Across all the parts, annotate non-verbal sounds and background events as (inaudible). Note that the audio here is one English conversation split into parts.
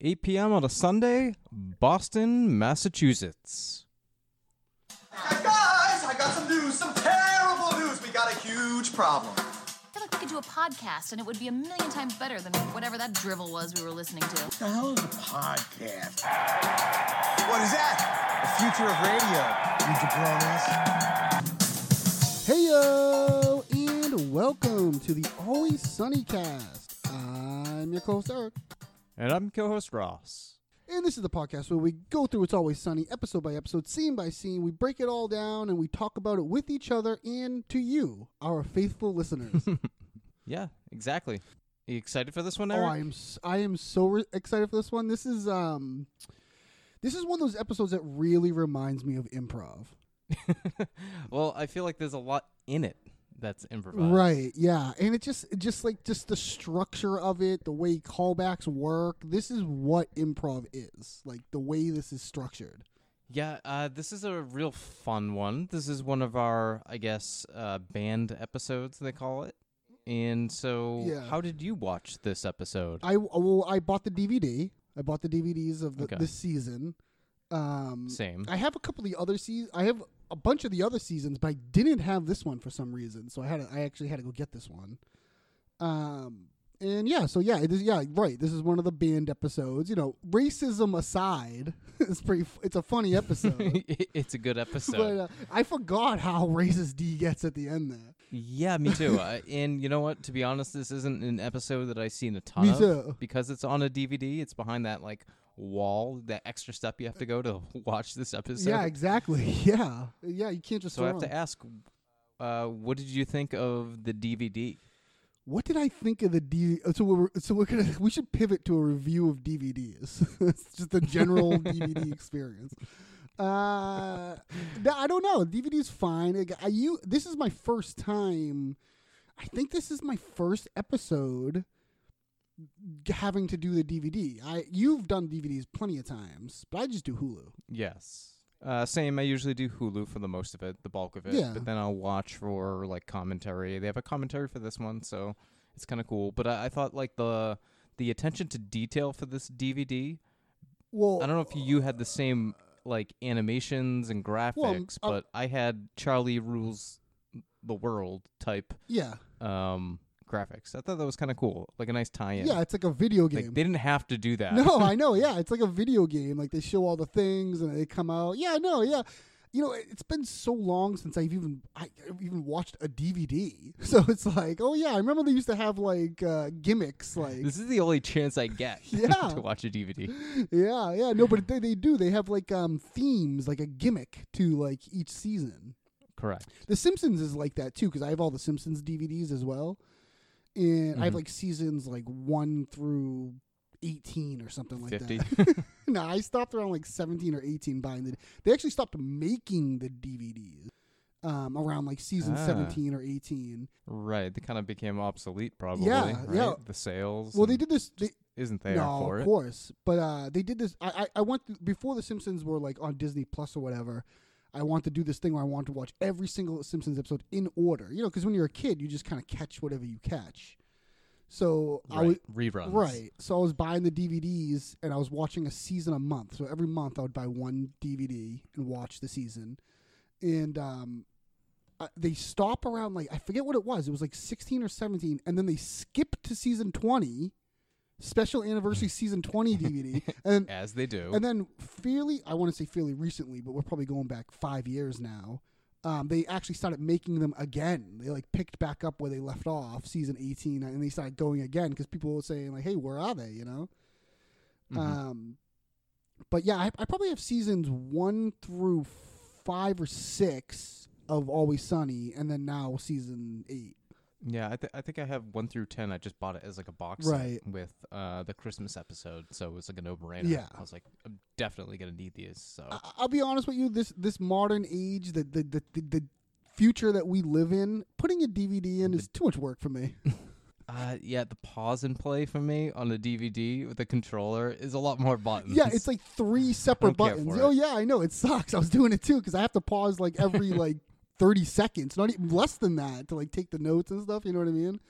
8 p.m. on a Sunday, Boston, Massachusetts. Guys, I got some news, some terrible news. We got a huge problem. I feel like we could do a podcast and it would be a million times better than whatever that drivel was we were listening to. the hell is a podcast? What is that? The future of radio, you jabronis. Heyo, and welcome to the Always Sunny Cast. I'm your host Eric, And I'm co host Ross. and this is the podcast where we go through It's Always Sunny episode by episode, scene by scene. We break it all down and we talk about it with each other and to you, our faithful listeners. Yeah, exactly. you excited for this one, oh, Eric? I am s- I am so re- excited for this one. This is um, this is one of those episodes that really reminds me of improv. well, I feel like there's a lot in it that's improvised. Right, yeah. And it just it just like just the structure of it, the way callbacks work. This is what improv is. Like the way this is structured. Yeah, uh, this is a real fun one. This is one of our, I guess, uh, band episodes, they call it. And so, Yeah. how did you watch this episode? I well, I bought the DVD. I bought the DVDs of the, Okay. this season. Um Same. I have a couple of the other seasons. I have a bunch of the other seasons, but I didn't have this one for some reason. So I had to, I actually had to go get this one. Um and yeah, so yeah, it is yeah, right. This is one of the band episodes. You know, racism aside, (laughs) it's pretty f- it's a (laughs) funny episode. It- (laughs) it's a (laughs) good episode. but uh, I forgot how racist D gets at the end there. Yeah, me too. uh, and you know what? To be honest, this isn't an episode that I've seen a ton Me of too. because it's on a DVD. It's behind that like wall, that extra step you have to go to (laughs) watch this episode. yeah, exactly. (laughs) Yeah. Yeah, you can't just so I throw have him. to ask, uh, what did you think of the DVD? What did I think of the D? uh, So we're so we're gonna (laughs) we should pivot to a review of DVDs. (laughs) it's just (laughs) the general DVD experience. Uh, (laughs) no, I don't know. DVD's fine. Like, I, you, this is my first time. I think this is my first episode g- having to do the DVD. I you've done DVDs plenty of times, but I just do Hulu. Yes. Uh, same. I usually do Hulu for the most of it, the bulk of it. Yeah. But then I'll watch for like commentary. They have a commentary for this one, so it's kind of cool. But I, I thought like the the attention to detail for this DVD. Well, I don't know if you had the same like animations and graphics, um, but I had Charlie rules the world type yeah, um, graphics. I thought that was kind of cool, like a nice yeah, tie-in. It's like a video game. like, they didn't have to do that. (laughs) No, I know. Yeah, it's like a video game. Like they show all the things and they come out. Yeah, no, yeah. You know, it's been so long since I've even I I've even watched a DVD. (laughs) So it's like, oh yeah, I remember they used to have like uh, gimmicks. (laughs) Like this is the only chance I get (laughs) Yeah. (laughs) to watch a DVD. (laughs) yeah, yeah. No, but they, they do. They have like um themes, like a gimmick to like each season. Correct. The Simpsons is like that too because I have all the Simpsons DVDs as well, and I have Mm-hmm. like seasons like one through eighteen or something (laughs) like (laughs) Fifty. that. no, I stopped around like seventeen or eighteen buying the. They actually stopped making the DVDs um, around like season Ah. seventeen or eighteen. (laughs) Right. They kind of became obsolete, probably. Yeah, right? yeah. The sales. Well, they and did this. They, Isn't there no, for of it? course. But uh, they did this. I, I, I went th- before the Simpsons were like on Disney Plus or whatever. I want to do this thing where I want to watch every single Simpsons episode in order. You know, because when you're a kid, you just kind of catch whatever you catch. So I was Right. Reruns. right. So I was buying the DVDs and I was watching a season a month. So every month I would buy one DVD and watch the season. And um, I, they stop around like I forget what it was. It was like 16 or 17, and then they skip to season 20, special anniversary season 20 DVD, and As they do. and then fairly I want to say fairly recently, but we're probably going back five years now. Um, they actually started making them again. They like picked back up where they left off, season 18, and they started going again because people were saying like, "Hey, where are they?" You know. Mhm. Um, but yeah, I, I probably have seasons one through five or six of Always Sunny, and then now season eight. yeah, I, th- I think I have one through ten. I just bought it as like a box Right. set with uh, the Christmas episode, so it was like a no-brainer. Yeah. Uh, I was like, I'm definitely gonna need these. So I, I'll be honest with you. This this modern age, the the, the the the future that we live in, putting a DVD in is too much work (laughs) for me. uh, yeah, the pause and play for me on the DVD with the controller is a lot more buttons. Yeah, it's like three separate I don't care buttons. for Oh it. yeah, I know it sucks. I was doing it too because I have to pause like (laughs) every like thirty seconds, not even less than Mm-hmm. that, to like take the notes and stuff. You know what I mean?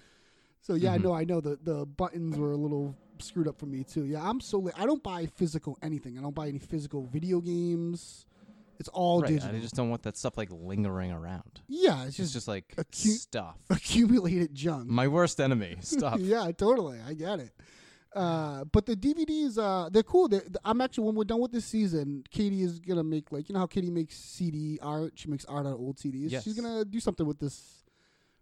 So yeah, I know. I know the the buttons were a little screwed up for me too. Yeah, I'm so late. I don't buy physical anything. I don't buy any physical video games. It's all Right. digital. I just don't want that stuff like lingering around. yeah, it's It's just, (laughs) just like acute- (laughs) stuff. accumulated junk. My worst (laughs) enemy, stuff. yeah, totally. I get it. Uh, but the DVDs, uh, they're cool. They're, I'm actually when we're done with this season, Katie is gonna make like you know how Katie makes CD art. She makes art out of old CDs. Yes. She's gonna do something with this.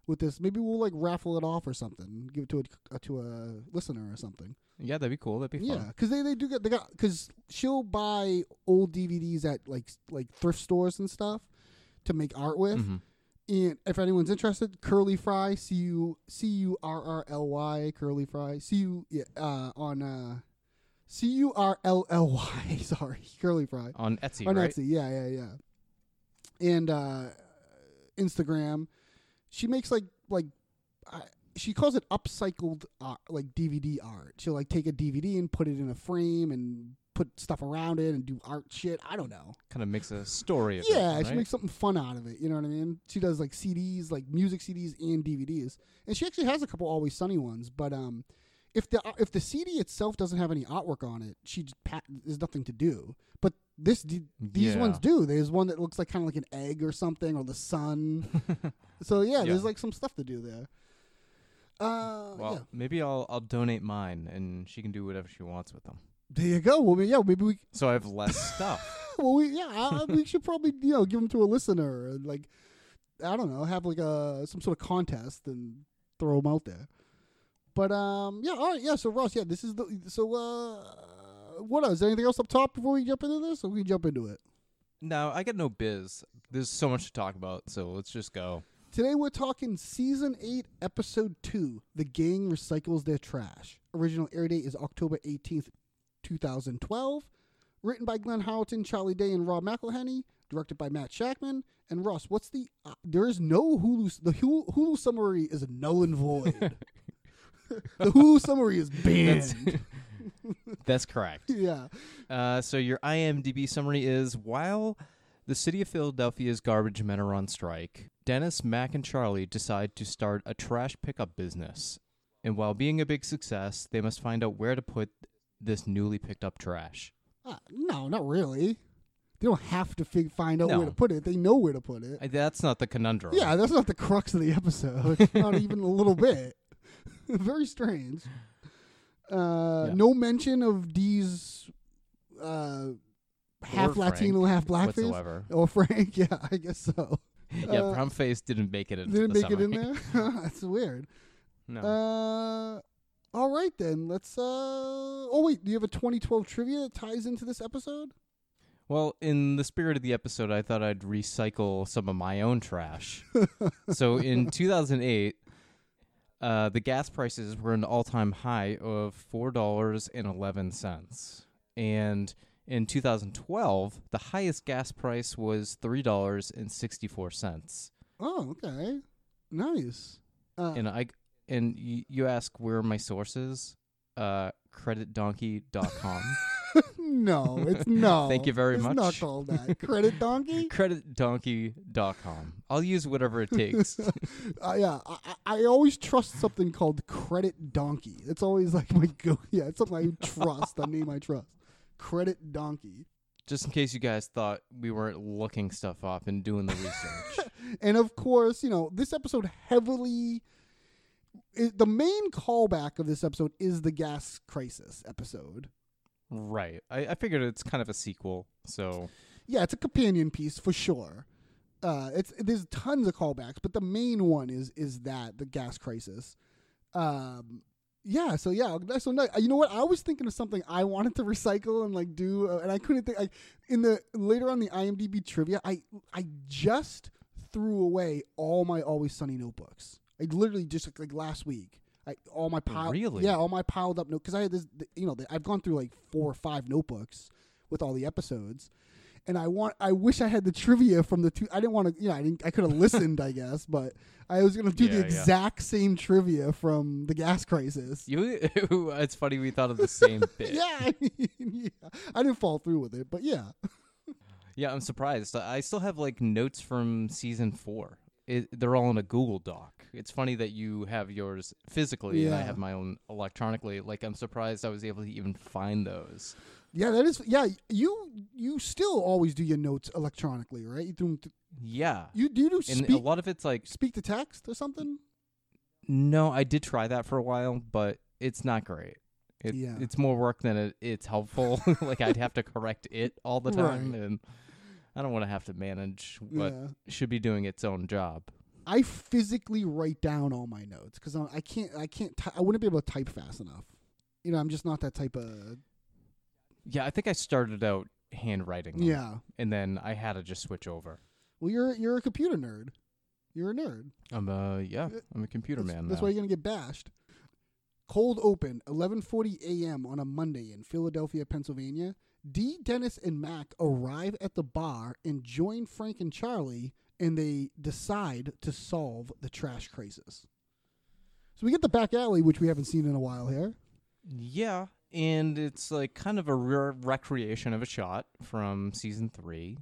With this, maybe we'll like raffle it off or something. Give it to a to a listener or something. Yeah, that'd be cool. That'd be Yeah, fun. 'cause Yeah, because they, they do get they got because she'll buy old DVDs at like like thrift stores and stuff to make art with. Mm-hmm. And if anyone's interested, Curly Fry, C U C U R R L Y, Curly Fry, C U yeah, uh, on uh, C U R L L Y. (laughs) Sorry, Curly Fry On Etsy, on right? Etsy. Yeah, yeah, yeah. And uh, Instagram, she makes like like I, she calls it upcycled art, like DVD art. She'll like take a DVD and put it in a frame and put stuff around it and do art shit. I don't know. Kind of makes a story of it. Yeah, she right? makes something fun out of it. You know what I mean? She does like CDs, like music CDs and DVDs, and she actually has a couple Always Sunny ones. But um, if the if the CD itself doesn't have any artwork on it, she just pat- there's nothing to do. But this d- these Yeah. ones do. There's one that looks like kind of like an egg or something, or (laughs) the sun. so yeah, Yeah. there's like some stuff to do there. Uh, Well, yeah. maybe I'll I'll donate mine, and she can do whatever she wants with them. There you go. Well, yeah, maybe we So I have (laughs) less stuff. well, we yeah, I, I- we should probably you know give them to a listener and like I don't know, have like a some sort of contest and throw them out there. But um, yeah, all right, yeah. So Ross, yeah, this is the so uh, what else? Anything else up top before we jump into this? Or we jump into it. No, I got no biz. There's so much to talk about, so let's just go. Today we're talking season eight, episode two. The gang recycles their trash. Original air date is October eighteenth, two thousand twelve. Written by Glenn Howerton, Charlie Day, and Rob McElhenney. Directed by Matt Shackman and Ross. What's the? Uh, there is no Hulu. The Hulu, Hulu summary is null and void. (laughs) the Hulu summary is banned. (laughs) That's correct. (laughs) yeah. Uh, so your IMDb summary is: While the city of Philadelphia's garbage men are on strike, Dennis, Mac, and Charlie decide to start a trash pickup business. And while being a big success, they must find out where to put this newly picked up trash. Uh, no, not really. They don't have to fig- find out where No. to put it. They know where to put it. I, that's not the conundrum. Yeah, that's not the crux of the (laughs) episode. not even a little bit. (laughs) Very strange. Uh, Yeah. No mention of Dee's uh, half Frank Latino, half blackface. whatsoever. Or Frank, (laughs) yeah, I guess so. Yeah, Uh, brown face didn't make it. Into (laughs) Didn't the make it in summary. there. (laughs) that's weird. No. Uh, all right then. Let's. uh Oh wait, do you have a 2012 trivia that ties into this episode? well, in the spirit of the episode, I thought I'd recycle some of my own trash. so in 2008, uh, the gas prices were an all-time high of four dollars and eleven cents, and in 2012, the highest gas price was three dollars and sixty-four cents. Oh, okay. Nice. (laughs) Uh, And I and y- you ask where are my sources? Uh, creditdonkey.com. No, it's no. (laughs) Thank you very it's much. Not called that. (laughs) Credit donkey. creditdonkey.com. I'll use whatever it takes. uh, yeah, I, I I always trust something called credit donkey. It's always like my (laughs) go. Yeah, it's something I trust. a name I trust. Credit donkey. Just in case you guys thought we weren't looking stuff up and doing the (laughs) research. And of course, you know this episode heavily. i the main callback of this episode is the gas crisis episode. right. I, I figured it's kind of a sequel. So, Yeah, it's a companion piece for sure. Uh, it's there's tons of callbacks, but the main one is is that the gas crisis. Um, yeah, so yeah, that's so nice. You know what? I was thinking of something I wanted to recycle and like do, uh, and I couldn't think. I, in the later on the IMDb trivia, I I just threw away all my Always Sunny notebooks. I literally just like, like last week. I, all my pile, Really? yeah, all my piled up notes because I had this, th- you know, th- I've gone through like four or five notebooks with all the episodes, and I want, I wish I had the trivia from the two. I didn't want to, you know, I didn't, I could have listened, I guess, but I was gonna do Yeah, the yeah. exact same trivia from the gas crisis. you, (laughs) it's funny we thought of the (laughs) same bit. Yeah, I mean, yeah, I didn't fall through with it, but yeah, Yeah, I'm surprised. I I still have like notes from season four it, they're all in a Google Doc. It's funny that you have yours physically and I Yeah. have my own electronically. Like I'm surprised I was able to even find those. Yeah, that is. Yeah, you you still always do your notes electronically, right? You do 'em th- Yeah. you do, do and speak a lot of it's like speak to text or something. no, I did try that for a while, but it's not great. It, Yeah. It's more work than it, it's helpful. (laughs) like I'd have to correct it all the time Right. and I don't want to have to manage what Yeah. should be doing its own job. I physically write down all my notes because I can't. I can't. Ty- I wouldn't be able to type fast enough. You know, I'm just not that type of. Yeah, I think I started out handwriting. them, Yeah. And then I had to just switch over. Well, you're you're a computer nerd. You're a nerd. I'm a yeah, Uh, I'm a computer That's, man. that's now. why you're gonna get bashed. Cold open, 11:40 a.m. on a Monday in Philadelphia, Pennsylvania. D. Dennis and Mac arrive at the bar and join Frank and Charlie, and they decide to solve the trash crisis. So we get the back alley, which we haven't seen in a while here. Yeah, and it's like kind of a rare recreation of a shot from season three.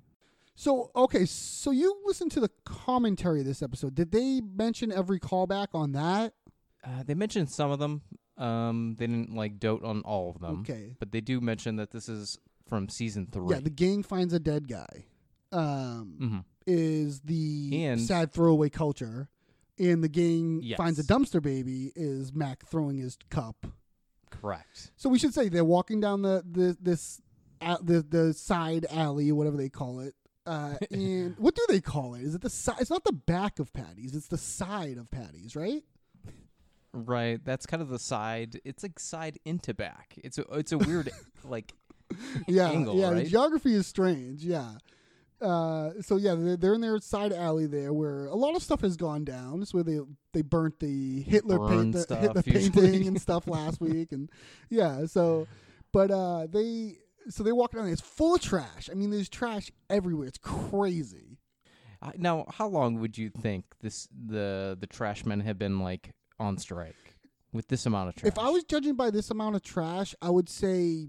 So okay, so you listened to the commentary of this episode. Did they mention every callback on that? Uh, they mentioned some of them. Um, they didn't like dote on all of them. Okay. but they do mention that this is from season three. Yeah, the gang finds a dead guy. Um, Mhm. Is the And- sad throwaway culture, and the gang Yes. finds a dumpster baby. Is Mac throwing his cup? Correct. So we should say they're walking down the the this uh, the the side alley, whatever they call it. (laughs) Uh, and what do they call it? Is it the side? It's not the back of Patty's. It's the side of Patty's, right? Right. That's kind of the side. It's like side into back. It's a it's a weird (laughs) like yeah, angle, yeah. The right? geography is strange. Yeah. Uh, so yeah, they're, they're in their side alley there, where a lot of stuff has gone down. It's where they they burnt the Hitler Burn paint, the stuff, Hitler usually. painting (laughs) and stuff last week, and yeah. So, but uh, they so they walk down. there. It's full of trash. I mean, there's trash everywhere. It's crazy. Uh, Now, how long would you think this the the trash men have been like on strike with this amount of trash? If I was judging by this amount of trash, I would say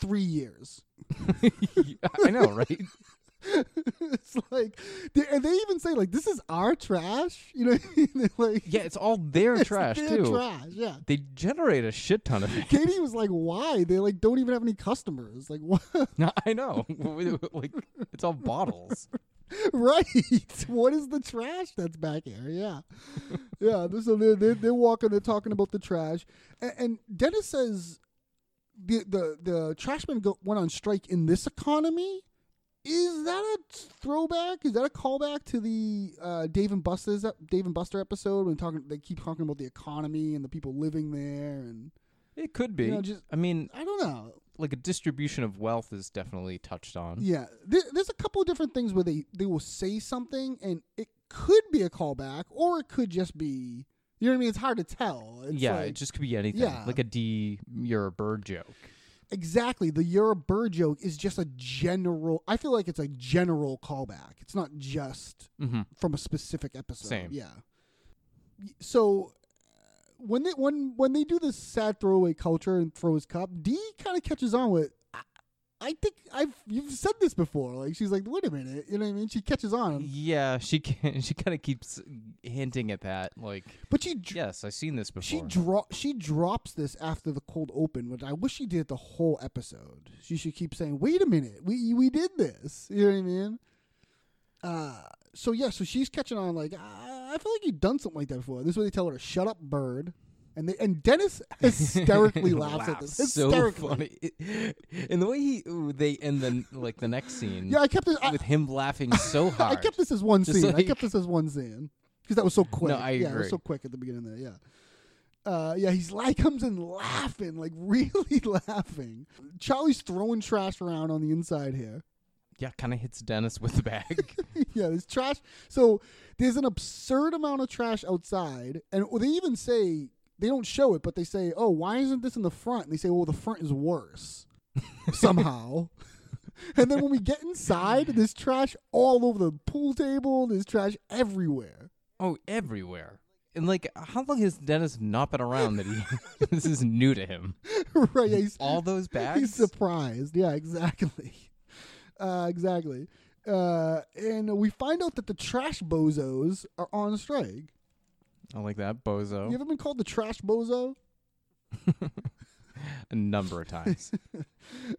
three years. (laughs) (laughs) I know, right? it's like, they, and they even say like, "This is our trash," you know. what I mean? (laughs) They're like, Yeah, it's all their (laughs) It's trash their too. Trash, yeah. They generate a shit ton of it. (laughs) Katie was like, "Why? They like don't even have any customers. Like, (laughs) what? I know, (laughs) like it's all bottles. right? What is the trash that's back here? Yeah, yeah. this- So they're, they're they're walking. They're talking about the trash, and, and Dennis says the the the trashmen go, went on strike in this economy. Is that a throwback? Is that a callback to the uh, Dave and Buster's Dave and Buster episode when talking? They keep talking about the economy and the people living there, and It could be. You know, just- I mean, I don't know. like a distribution of wealth is definitely touched on. Yeah, there, there's a couple of different things where they they will say something and it could be a callback or it could just be you know what I mean. It's hard to tell. It's yeah, like- it just could be anything. yeah. Like a D, you're a bird joke. exactly. The you're a bird joke is just a general. I feel like it's a general callback. It's not just Mm-hmm. from a specific episode. Same. Yeah. Y- So uh, when they when when they do this sad throwaway culture and throw his cup, D kind of catches on with. I, I think I've you've said this before. Like she's like, wait a minute, you know what I mean? She catches on, Yeah, she (laughs) can, she kind of keeps hinting at that. Like, but she dr- yes, I've seen this she before. dro- she drops this after the cold open, which I wish she did the whole episode. She should keep saying, wait a minute, we we did this. You know what I mean? Uh, so yeah, so she's catching on. Like I, I feel like you've done something like that before. This is where they tell her to shut up, bird. And they, and Dennis (laughs) (laughs) hysterically laughs, at this. Laughs So Hysterically. funny, (laughs) It- and the way he ooh, they and then like the next scene. Yeah, I kept this. I, with him laughing so (laughs) I hard. kept this as one Just scene. I like- kept this as one scene because that was so quick. I yeah, it was agree. so quick at the beginning there. Yeah. Uh, yeah, he's like comes in laughing, like (laughs) really laughing. Charlie's throwing trash around on the inside here. yeah, kind of hits Dennis with the (laughs) bag. yeah, there's trash. So there's an absurd amount of trash outside, and they even say they don't show it, but they say, "Oh, why isn't this in the front?" And they say, "Well, the front is worse somehow." (laughs) and then when we get inside, there's trash all over the pool table. There's trash everywhere. (laughs) oh, everywhere. And like, how long has Dennis not been around that he? (laughs) this is new to him. right? yeah, he's (laughs) All those bags. he's surprised. Yeah, exactly. (laughs) Uh, exactly. Uh, and we find out that the trash bozos are on strike. I like that bozo You ever been called the trash bozo? a number of times. (laughs)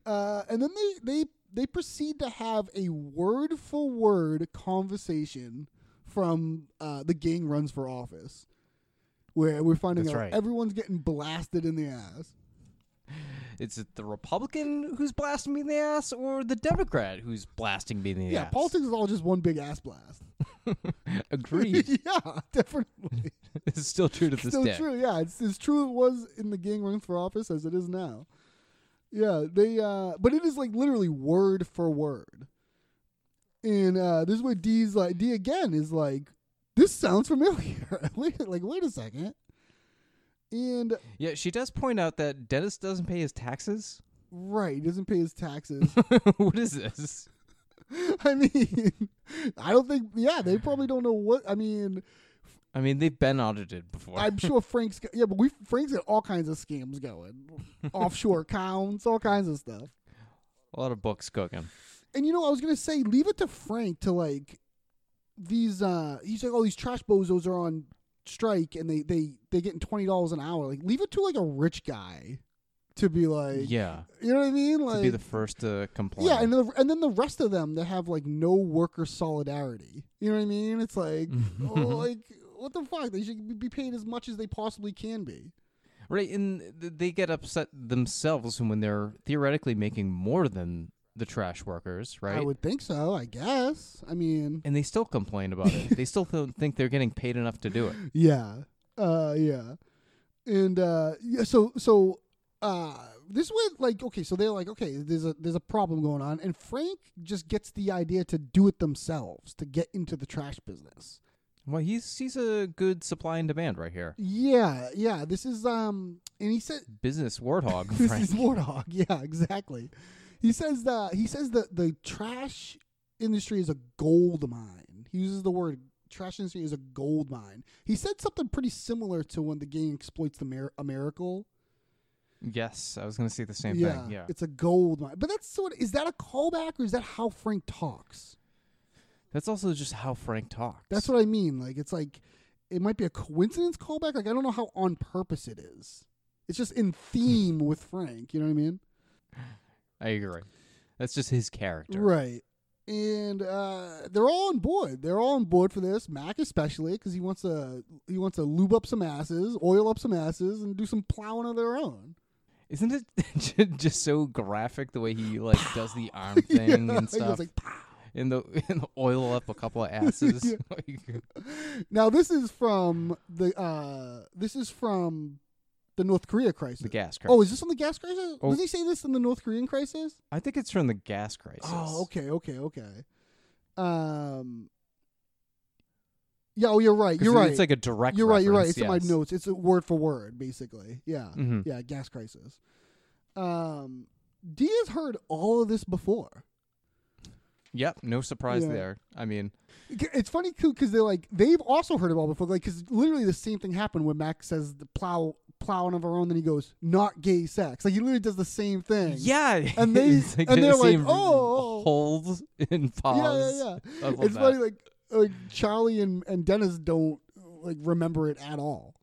Uh, and then they they they proceed to have a word for word conversation from uh, the gang runs for office, where we're finding That's out right. everyone's getting blasted in the ass. Is it the Republican who's blasting me in the ass, or the Democrat who's blasting me in the Yeah, ass? (laughs) politics is all just one big ass blast. (laughs) Agreed. (laughs) yeah, definitely. it's still true to this Still day. true. Yeah, it's as true it was in the gang runs for office as it is now. Yeah, they. uh But it is like literally word for word. And uh this is what D's like. D again is like, this sounds familiar. (laughs) wait, like, wait a second. And Yeah, she does point out that Dennis doesn't pay his (laughs) taxes. right, he doesn't pay his taxes. (laughs) what is this? I mean, I don't think. Yeah, they probably don't know what. I mean, I mean, they've been audited before. I'm sure Frank's. got- Yeah, but we Frank's got all kinds of scams going, offshore accounts, all kinds of stuff. a lot of books cooking. and you know, I was gonna say, leave it to Frank to like these. uh He's like, oh, these trash bozos are on strike, and they they they getting twenty dollars an hour. Like, leave it to like a rich guy to be like, yeah, you know what I mean? Like, to be the first to complain. yeah, and the, and then the rest of them that have like no worker solidarity. You know what I mean? (laughs) It's like, oh, like what the fuck? They should be paid as much as they possibly can be. right, and th- they get upset themselves when they're theoretically making more than the trash workers, right? I would think so. I guess. I mean, and they still complain about it. they still don't think they're getting paid enough to (laughs) do it. Yeah. Uh yeah. And uh yeah, so so uh this went like okay, so they're like, okay, there's a there's a problem going on, and Frank just gets the idea to do it themselves to get into the trash business. Well, he's he's a good supply and demand right here. Yeah, yeah. This is um and he said Business warthog, (laughs) this Frank. is Warthog, (laughs) yeah, exactly. He says that he says that the trash industry is a gold mine. He uses the word trash industry is a gold mine. He said something pretty similar to when the gang exploits the mir- a miracle. yes, I was going to say the same thing. Yeah, It's a gold mine. But that's sort of is that a callback or is that how Frank talks? that's also just how Frank talks. That's what I mean. Like it's like it might be a coincidence callback. Like I don't know how on purpose it is. It's just (laughs) in theme with Frank, you know what I mean? I agree. That's just his character. Right. And uh, they're all on board. They're all on board for this. Mac especially because he wants to he wants to lube up some asses, oil up some asses, and do some plowing of their own. (laughs) Isn't it (laughs) ju- just so graphic the way he (laughs) like does the arm thing Yeah, and (laughs) he was stuff? like, "Pow." in the (laughs) in the oil up a couple of asses. (laughs) Yeah. (laughs) Like, Now this is from the uh, this is from the North Korea crisis. the gas crisis. Oh, is this on the gas crisis? Oh. Does he say this in the North Korean crisis? I think it's from the gas crisis. Oh, okay, okay, okay. Um, yeah, oh, you're right. 'Cause You're right. It's like a direct. you're right. You're right. reference, It's in my yes. notes. It's a word for word, basically. Yeah, Mhm. yeah. Gas crisis. Um, D has heard all of this before. Yep. No surprise Yeah. there. I mean, It's funny too because they're like they've also heard it all before. Like because literally the same thing happened when Max says the plow plowing of our own. Then he goes not gay sex. Like he literally does the same thing. yeah. (laughs) And they- it's like and the they're like, same "Oh." hold and pause. Yeah, yeah, I yeah. love It's that. funny, like, like Charlie and, and Dennis don't like remember it at all.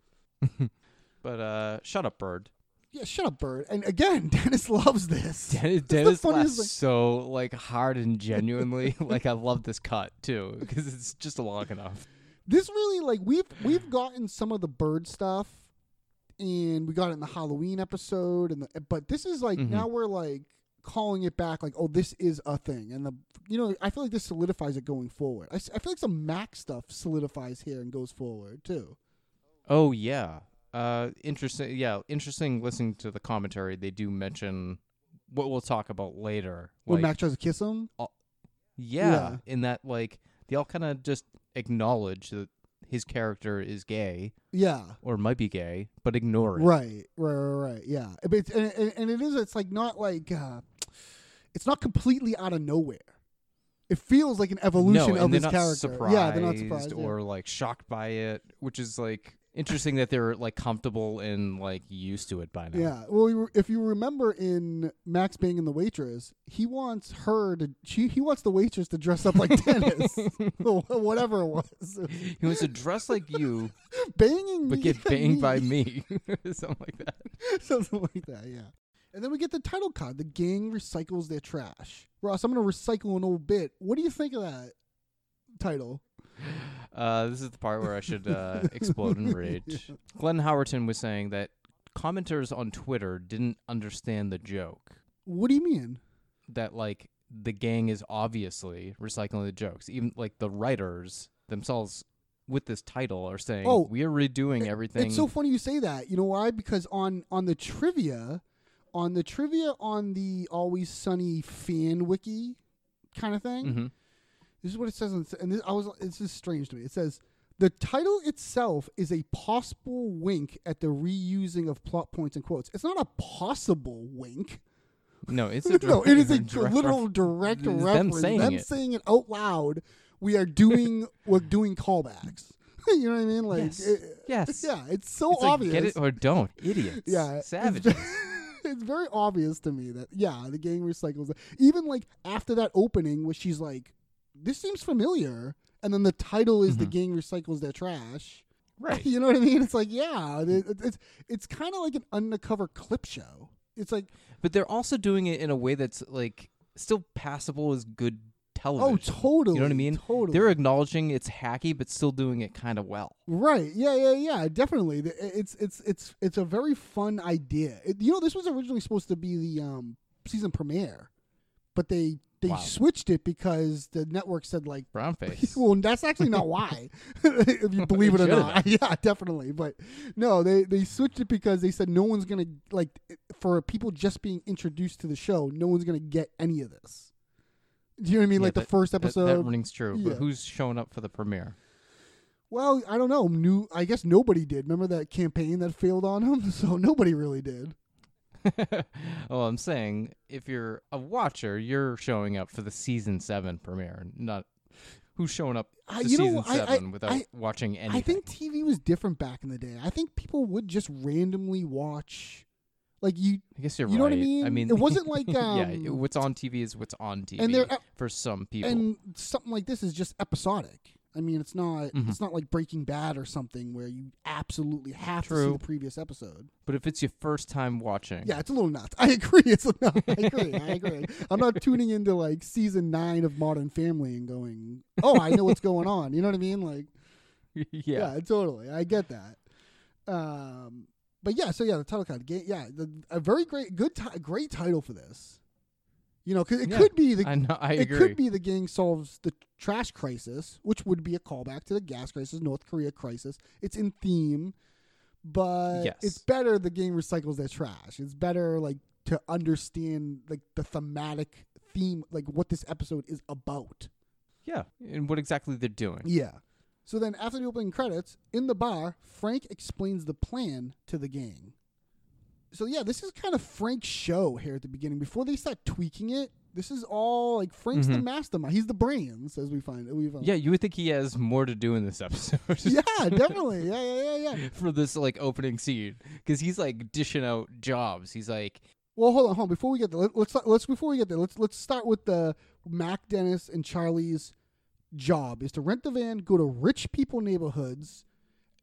But uh, shut up, bird. (laughs) Yeah, shut up, Bird. And again, (laughs) Dennis loves this. Dennis, It's the Dennis laughs funniest thing. so like hard and genuinely. (laughs) like I love this cut too because it's just long enough. This really like we've we've gotten some of the Bird stuff, and we got it in the Halloween episode, and the, but this is like Mhm. now we're like calling it back like oh this is a thing and the you know i feel like this solidifies it going forward I, s- I feel like some mac stuff solidifies here and goes forward too Oh yeah. Uh interesting yeah, interesting listening to the commentary. They do mention what we'll talk about later. when like- mac tries to kiss him yeah, yeah. in that like they all kind of just acknowledge that his character is gay yeah or might be gay, but ignore it. Right, right, right, right. Yeah, but it's, and, and and it is. It's like not like uh, it's not completely out of nowhere. It feels like an No, evolution and of they're his not character. surprised yeah, they're not surprised. yeah. or like shocked by it, which is like interesting that they're like comfortable and like used to it by now. Yeah. Well, you re- if you remember in Max Bang and the Waitress, he wants her to. She, he wants the waitress to dress up (laughs) like Dennis, (laughs) or whatever it was. (laughs) He wants to dress like you, Banging, but me- get banged by me. me, (laughs) something like that. (laughs) something like that. Yeah. And then we get the title card. The gang recycles their trash. Ross, I'm gonna recycle an old bit. What do you think of that title? Uh, this is the part where I should (laughs) uh, explode in rage. Glenn Howerton was saying that commenters on Twitter didn't understand the joke. What do you mean? That like the gang is obviously recycling the jokes. Even like the writers themselves with this title are saying Oh, we are redoing everything. It's so funny you say that. You know why? Because on on the trivia, on the trivia on the Always Sunny fan wiki kind of thing. Mhm. This is what it says, on, and this, I was this is strange to me. It says the title itself is a possible wink at the reusing of plot points and quotes. It's not a possible wink. No, (laughs) it's a (laughs) no, it is a direct ref- literal direct It's them reference. saying them it. saying it out loud. We are (laughs) doing we're doing callbacks. (laughs) you know what I mean? Like Yes. it- Yes. yeah, it's so It's like, obvious. get it or (laughs) don't, idiots. Yeah, it's savages. it's very obvious to me that yeah, the gang recycles. it. Even like after that opening, where she's like, "This seems familiar," and then the title is "The gang recycles their trash." (laughs) Mm-hmm. right. (laughs) You know what I mean? It's like yeah, it- it- it's it's kind of like an undercover clip show. It's like But they're also doing it in a way that's like still passable as good television. oh, totally. You know what I mean? Totally. They're acknowledging it's hacky, but still doing it kind of well. Right. Yeah. Yeah. Yeah. Definitely. The- It's it's it's it's a very fun idea. It, you know, this was originally supposed to be the um, season premiere, but they they Wow. switched it because the network said like, Brown face. (laughs) well, that's actually not why, (laughs) (laughs) if you believe it or should've not. (laughs) yeah, definitely. But no, they they switched it because they said no one's gonna like for people just being introduced to the show, no one's gonna get any of this. Do you know what I mean? Yeah, like the that- first that- episode, That, rings true. yeah. But who's showing up for the premiere? Well, I don't know. New, I guess nobody did. Remember that campaign that failed on him? (laughs) So nobody really did. (laughs) well, I'm saying if you're a watcher, you're showing up for the season seven premiere, not who's showing up to I- Uh, you know, season I- I- seven without I- watching anything. I think TV was different back in the day. I think people would just randomly watch, like you, I guess you're you right. know what I mean? I mean, It wasn't like, (laughs) yeah, um, it- what's on TV is what's on TV and they're- for some people. and something like this is just episodic. I mean, it's not Mhm. it's not like Breaking Bad or something where you absolutely have to see True. the previous episode. but if it's your first time watching, Yeah, it's a little nuts. (laughs) I agree. It's a nut. I agree. I agree. I'm not tuning into like season nine of Modern Family and going, oh, I know what's going on. You know what I mean? Like. (laughs) yeah, yeah. totally. I get that. Um, but yeah, so yeah, the title card, ga- yeah, the, a very great, good, ti- great title for this. You know, 'cause it Yeah, could be the I know. I it agree. could be the gang solves the trash crisis, which would be a callback to the gas crisis, North Korea crisis. It's in theme, but Yes. it's better the gang recycles their trash. It's better like to understand like the thematic theme, like what this episode is about. yeah, and what exactly they're doing. Yeah. So then, after the opening credits, in the bar, Frank explains the plan to the gang. So yeah, this is kind of Frank's show here at the beginning. Before they start tweaking it, this is all like Frank's the Mhm. mastermind. He's the brains, as we find. We found. Yeah, you would think he has more to do in this episode. (laughs) Yeah, definitely. Yeah, yeah, yeah, yeah. (laughs) for this like opening scene because he's like dishing out jobs. He's like, Well, hold on, hold on. Before we get there, let, let's let's before we get there, let's let's start with the Mac Dennis and Charlie's job is to rent the van, go to rich people neighborhoods,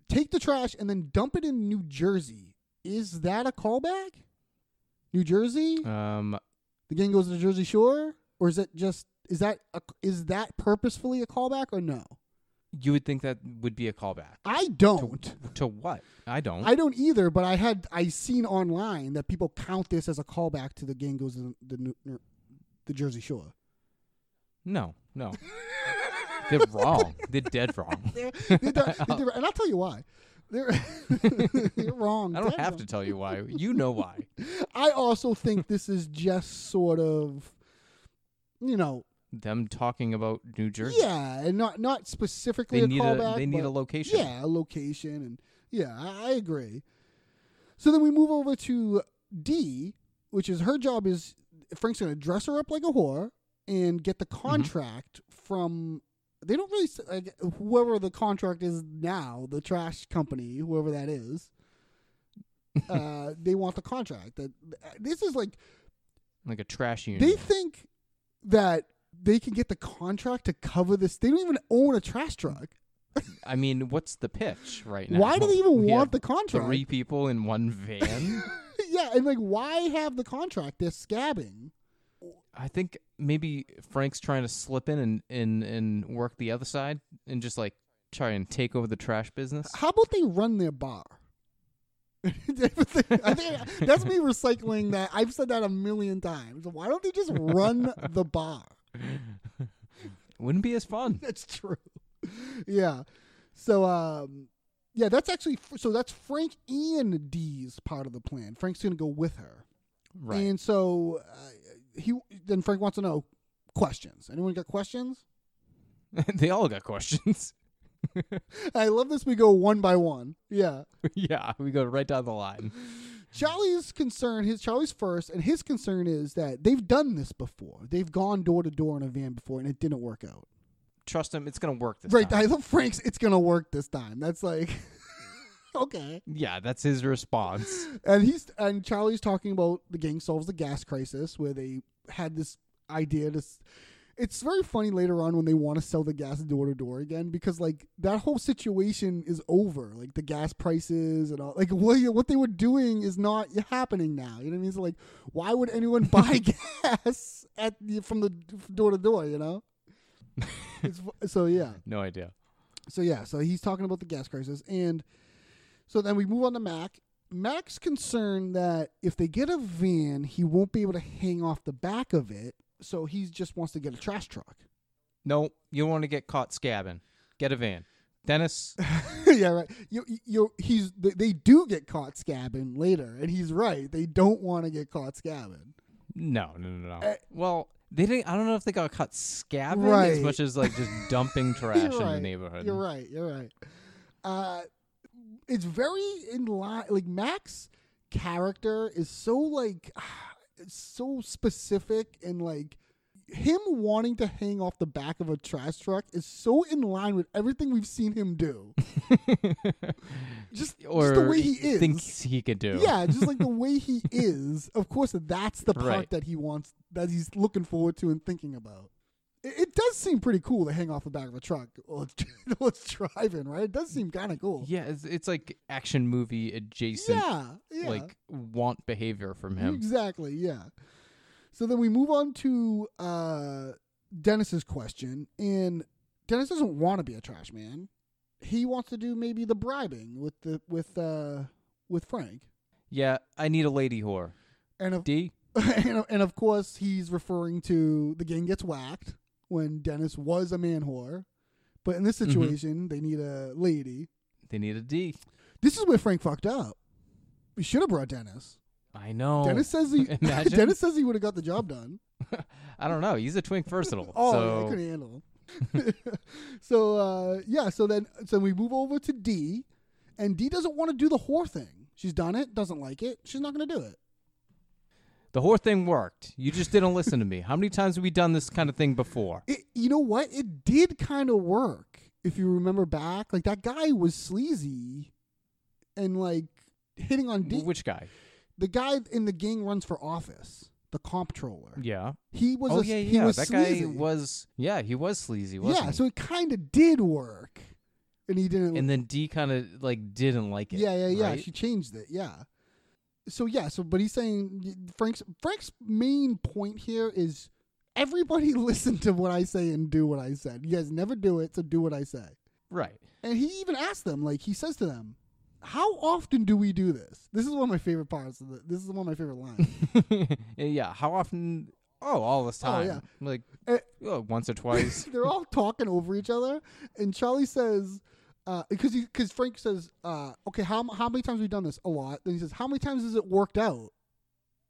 take the trash, and then dump it in New Jersey. Is that a callback? New Jersey? um, the gang goes to the Jersey Shore, or is it just is that a, is that purposefully a callback or no? you would think that would be a callback I don't. to what? I don't. I don't either, but I had I seen online that people count this as a callback to the gang goes to the, the, New- the Jersey Shore. no, no. (laughs) They're wrong. (laughs) They're dead wrong. They do- they (laughs) do- and I'll tell you why. They're, (laughs) you're wrong. I don't Damn have to them. tell you why. You know why. I also think this is just sort of, you know, Them talking about New Jersey. yeah, and not not specifically They a need callback. a they need but- a location. Yeah, a location, and yeah, I, I agree. So then we move over to D, which is her job is Mm-hmm. Frank's going to dress her up like a whore and get the contract from They don't really s- like whoever the contract is now, the trash company, whoever (laughs) that is. uh, they want the contract. That this is like like a trash union. they think that they can get the contract to cover this. They don't even own a trash truck. I mean, what's the pitch right now? Why do they (laughs) even We want have the contract? Three people in one (laughs) van. (laughs) yeah, and like, why have the contract? They're scabbing. I think maybe Frank's trying to slip in and, and and work the other side and just like try and take over the trash (laughs) business. How about they run their bar? (laughs) I think that's me recycling that. I've said that a million times. Why don't they just run the bar? Wouldn't be as fun. That's true. Yeah. So, um, yeah, that's actually so. That's Frank and Dee's part of the plan. Frank's gonna go with her. Right. And so uh, he then Frank wants to know questions. Anyone got questions? (laughs) they all got questions. (laughs) I love this. We go one by one. Yeah. yeah, we go right down the line. Charlie's concern, his Charlie's first, and his concern is that they've done this before. They've gone door to door in a van before, and it didn't work out. Trust him, it's gonna work this Right? time. I love Frank's. It's gonna work this time. That's like, (laughs) okay. yeah, that's his response. (laughs) And he's and Charlie's talking about the gang solves the gas crisis, where they had this idea to. s- It's very funny later on when they want to sell the gas door to door again because like that whole situation is over. Like the gas prices and all. Like what you- what they were doing is not happening now. You know what I mean? So like, why would anyone buy gas at the, from the door to door? You know. it's, fu- so yeah. No idea. So yeah, so he's talking about the gas crisis, and so then we move on to Mac. Mac's concerned that if they get a van, he won't be able to hang off the back of it, so he just wants to get a trash truck. (laughs) No, you don't want to get caught scabbing. Get a van. Dennis, (laughs) yeah, right. You, you, he's they- they do get caught scabbing later, and he's right. They don't want to get caught scabbing. no, no, no, no. Eh. well, they didn't. I don't know if they got caught scabbing as Right. much as like (laughs) just dumping trash You're in the right. neighborhood. You're right. You're right. Uh, it's very in line. Like Mac's character is so like (sighs) it's so specific and like him wanting to hang off the back of a trash truck is so in line with everything we've seen (laughs) him do. just, Or just the way he is. thinks he could do. yeah, just (laughs) like the way he is. Of course, that's the part Right. that he wants, that he's looking forward to and thinking about. It, it does seem pretty cool to hang off the back of a truck (laughs) while it's, while it's driving, right? It does seem kind of cool. Yeah, it's, it's like action movie adjacent, yeah, yeah. like want behavior from him. Exactly, yeah. So then we move on to uh, Dennis's question, and Dennis doesn't want to be a trash man. He wants to do maybe the bribing with the with uh, with Frank, Yeah, I need a lady whore. and of, D. (laughs) and, and of course he's referring to the gang gets whacked when Dennis was a man whore, but in Mm-hmm. this situation they need a lady. They need a D. This is where Frank fucked up. We should have brought Dennis. I know. Dennis says he. Oh, (laughs) (laughs) Imagine. Dennis says he would have got the job done. I don't know. He's a twink versatile. (laughs) Oh, yeah, I so couldn't handle him. (laughs) so uh, yeah, so then so we move over to D, and D doesn't want to do the whore thing. She's done it, doesn't like it. She's not going to do it. the whore thing worked. You just didn't listen to me. How many times have we done this kind of thing before? it you know what it did kind of work if you remember back like that guy was sleazy and like hitting on D- Which guy? the guy in the gang runs for office the comptroller Yeah. he was oh a, yeah, he yeah. was That sleazy. guy was. Yeah, he was sleazy, wasn't yeah he? so it kind of did work and he didn't and then D kind of like didn't like it. yeah yeah yeah right? she changed it yeah so yeah so but he's saying frank's frank's main point here is everybody (laughs) listen to what i say and do what i said you guys never do it so do what i say Right. And he even asked them, like he says to them, "How often do we do this?" This is one of my favorite parts. Of the, this is one of my favorite lines. (laughs) yeah. How often? Oh, all this Oh, time. yeah. Like Eh. oh, once or twice. They're all talking over each other, and Charlie says, uh, "Because he because Frank says, uh, okay, how m- how many times have we done this? A lot." Then he says, "How many times has it worked out?"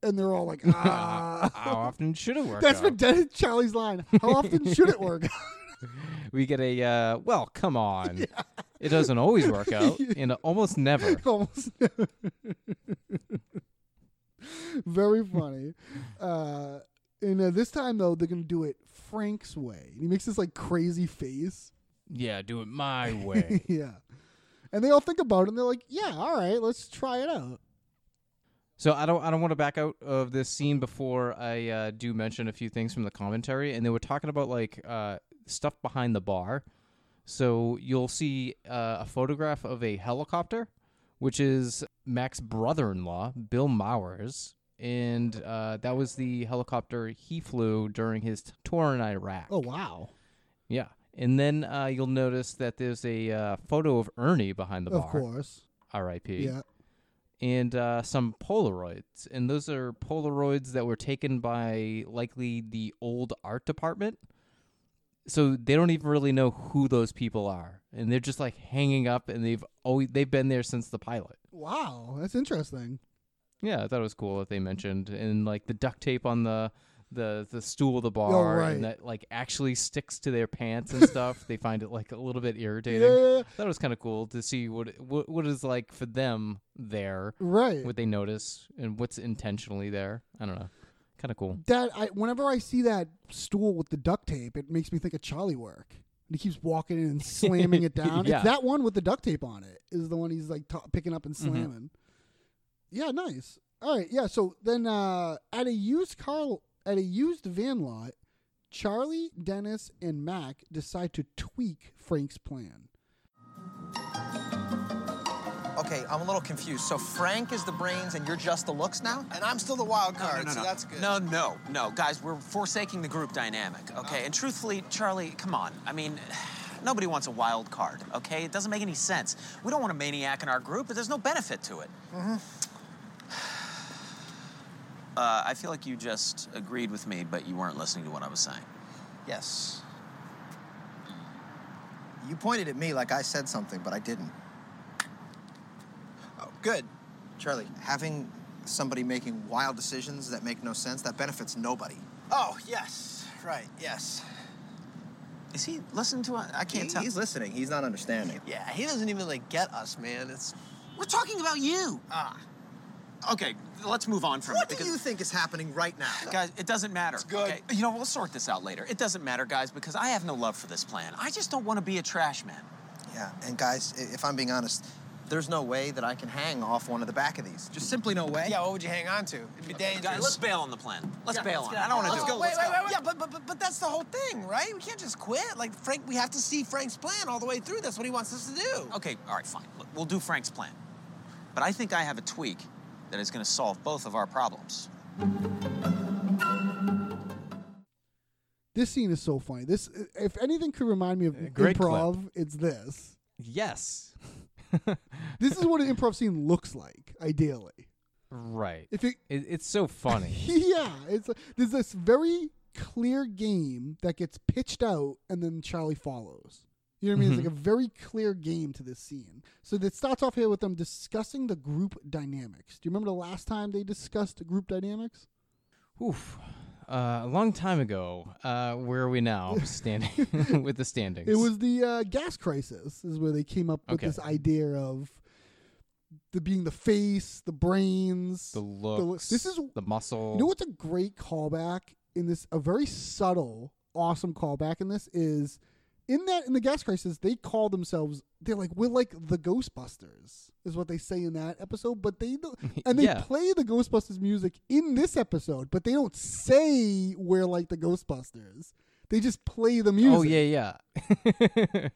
And they're all like, How (laughs) "Ah." often should it work? That's out? what Dennis Charlie's line. How often should it work? we get a uh, well come (laughs) on it doesn't always work out and almost (laughs) never Almost. Very funny. Uh, And uh, this time though, they're gonna do it Frank's way. And he makes this like crazy face. (laughs) Yeah, do it my way. yeah. And they all think about it and they're like, yeah, all right, let's try it out. So I don't I don't want to back out of this scene before I uh, do mention a few things from the commentary, and they were talking about like uh, stuff behind the bar. So you'll see uh, a photograph of a helicopter, which is Mac's brother-in-law, Bill Mowers, and uh, that was the helicopter he flew during his t- tour in Iraq. Oh wow. yeah. And then uh, you'll notice that there's a uh, photo of Ernie behind the Of bar. course. R.I.P Yeah. and uh, some Polaroids. And those are Polaroids that were taken by likely the old art department. So they don't even really know who those people are, and they're just like hanging up, and they've always they've been there since the pilot. Wow, that's interesting. Yeah, I thought it was cool that they mentioned and like the duct tape on the the the stool of the bar, Oh, right. and that like actually sticks to their pants and (laughs) stuff. they find it like a little bit irritating. Yeah. That was kind of cool to see what what what is like for them there Right. what they notice and what's intentionally there. I don't know. Kind of cool. that I whenever I see that stool with the duct tape, it makes me think of Charlie work. And he keeps walking in and slamming it down. (laughs) Yeah. It's that one with the duct tape on it is the one he's like t- picking up and Mm-hmm. slamming. Yeah, nice. All right, yeah. So then uh, at a used car at a used van lot, Charlie, Dennis, and Mac decide to tweak Frank's plan. Okay, I'm a little confused. So Frank is the brains and you're just the looks now? And I'm still the wild card, so that's good. No, no, no. Guys, we're forsaking the group dynamic, okay? And truthfully, Charlie, come on. I mean, nobody wants a wild card, okay? It doesn't make any sense. We don't want a maniac in our group, but there's no benefit to it. Mm-hmm. Uh, I feel like you just agreed with me, but you weren't listening to what I was saying. Yes. You pointed at me like I said something, but I didn't. Oh, good. Charlie, having somebody making wild decisions that make no sense, that benefits nobody. Oh, yes. Right, yes. Is he listening to us? I can't He- tell. he's listening. He's not understanding. Yeah, he doesn't even like get us, man. It's We're talking about you. Ah. Okay, let's move on from What it. do because- you think is happening right now? Guys, it doesn't matter. good. Okay? You know, we'll sort this out later. It doesn't matter, guys, because I have no love for this plan. I just don't want to be a trash man. Yeah, and guys, i- if I'm being honest, there's no way that I can hang off one of the back of these. Just simply no way. yeah. What would you hang on to? It'd be dangerous. Guys, let's bail on the plan. Let's Yeah, bail let's on go. it. I don't want to Let's do go, it. let's go. Yeah, Yeah, but, but but but that's the whole thing, right? We can't just quit. Like Frank, we have to see Frank's plan all the way through. That's what he wants us to do. but- okay, all right, fine. Look, we'll do Frank's plan. But I think I have a tweak that is going to solve both of our problems. This scene is so funny. This, if anything, could remind me of great clip. improv. It's this. Yes. This is what an improv scene looks like, ideally. Right. If it It, it's so funny. (laughs) yeah, it's like, there's this very clear game that gets pitched out, and then Charlie follows. You know what I mean? It's Mm-hmm. like a very clear game to this scene. So it starts off here with them discussing the group dynamics. Do you remember the last time they discussed group dynamics? Oof. Uh, a long time ago. Uh, where are we now? (laughs) Standing (laughs) with the standings. It was the uh, gas crisis, is where they came up with Okay. this idea of the being the face, the brains, the lo- looks. This is the muscle. You know what's a great callback in this? A very subtle, awesome callback in this is in that in the gas crisis they call themselves they're like we're like the Ghostbusters is what they say in that episode, but they (laughs) don't, and they Yeah. play the Ghostbusters music in this episode, but they don't say we're like the Ghostbusters. They just play the music. Oh yeah, yeah. (laughs)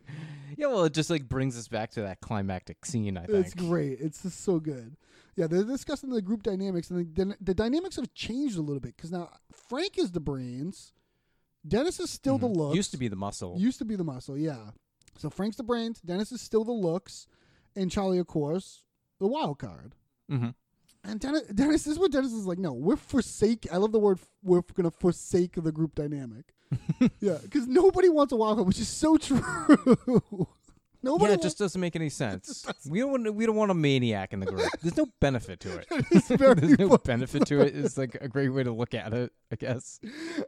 yeah. Well, it just like brings us back to that climactic scene. I think It's great. It's just so good. Yeah, they're discussing the group dynamics, and the, the dynamics have changed a little bit because now Frank is the brains, Dennis is still the looks. Mm-hmm. Used to be the muscle. used to be the muscle. Yeah. So Frank's the brains, Dennis is still the looks, and Charlie, of course, the wild card. Mhm. And Dennis, Dennis, this is what Dennis is like. No, we're forsake. I love the word. f- We're gonna forsake the group dynamic. (laughs) yeah, because nobody wants a wild card, which is so (laughs) true. yeah, nobody. it just doesn't (laughs) make any sense. We don't want we don't want a maniac in the group. There's no benefit to (laughs) it. wants very (laughs) There's no funny. benefit to it. It's like a great way to look at it, I guess.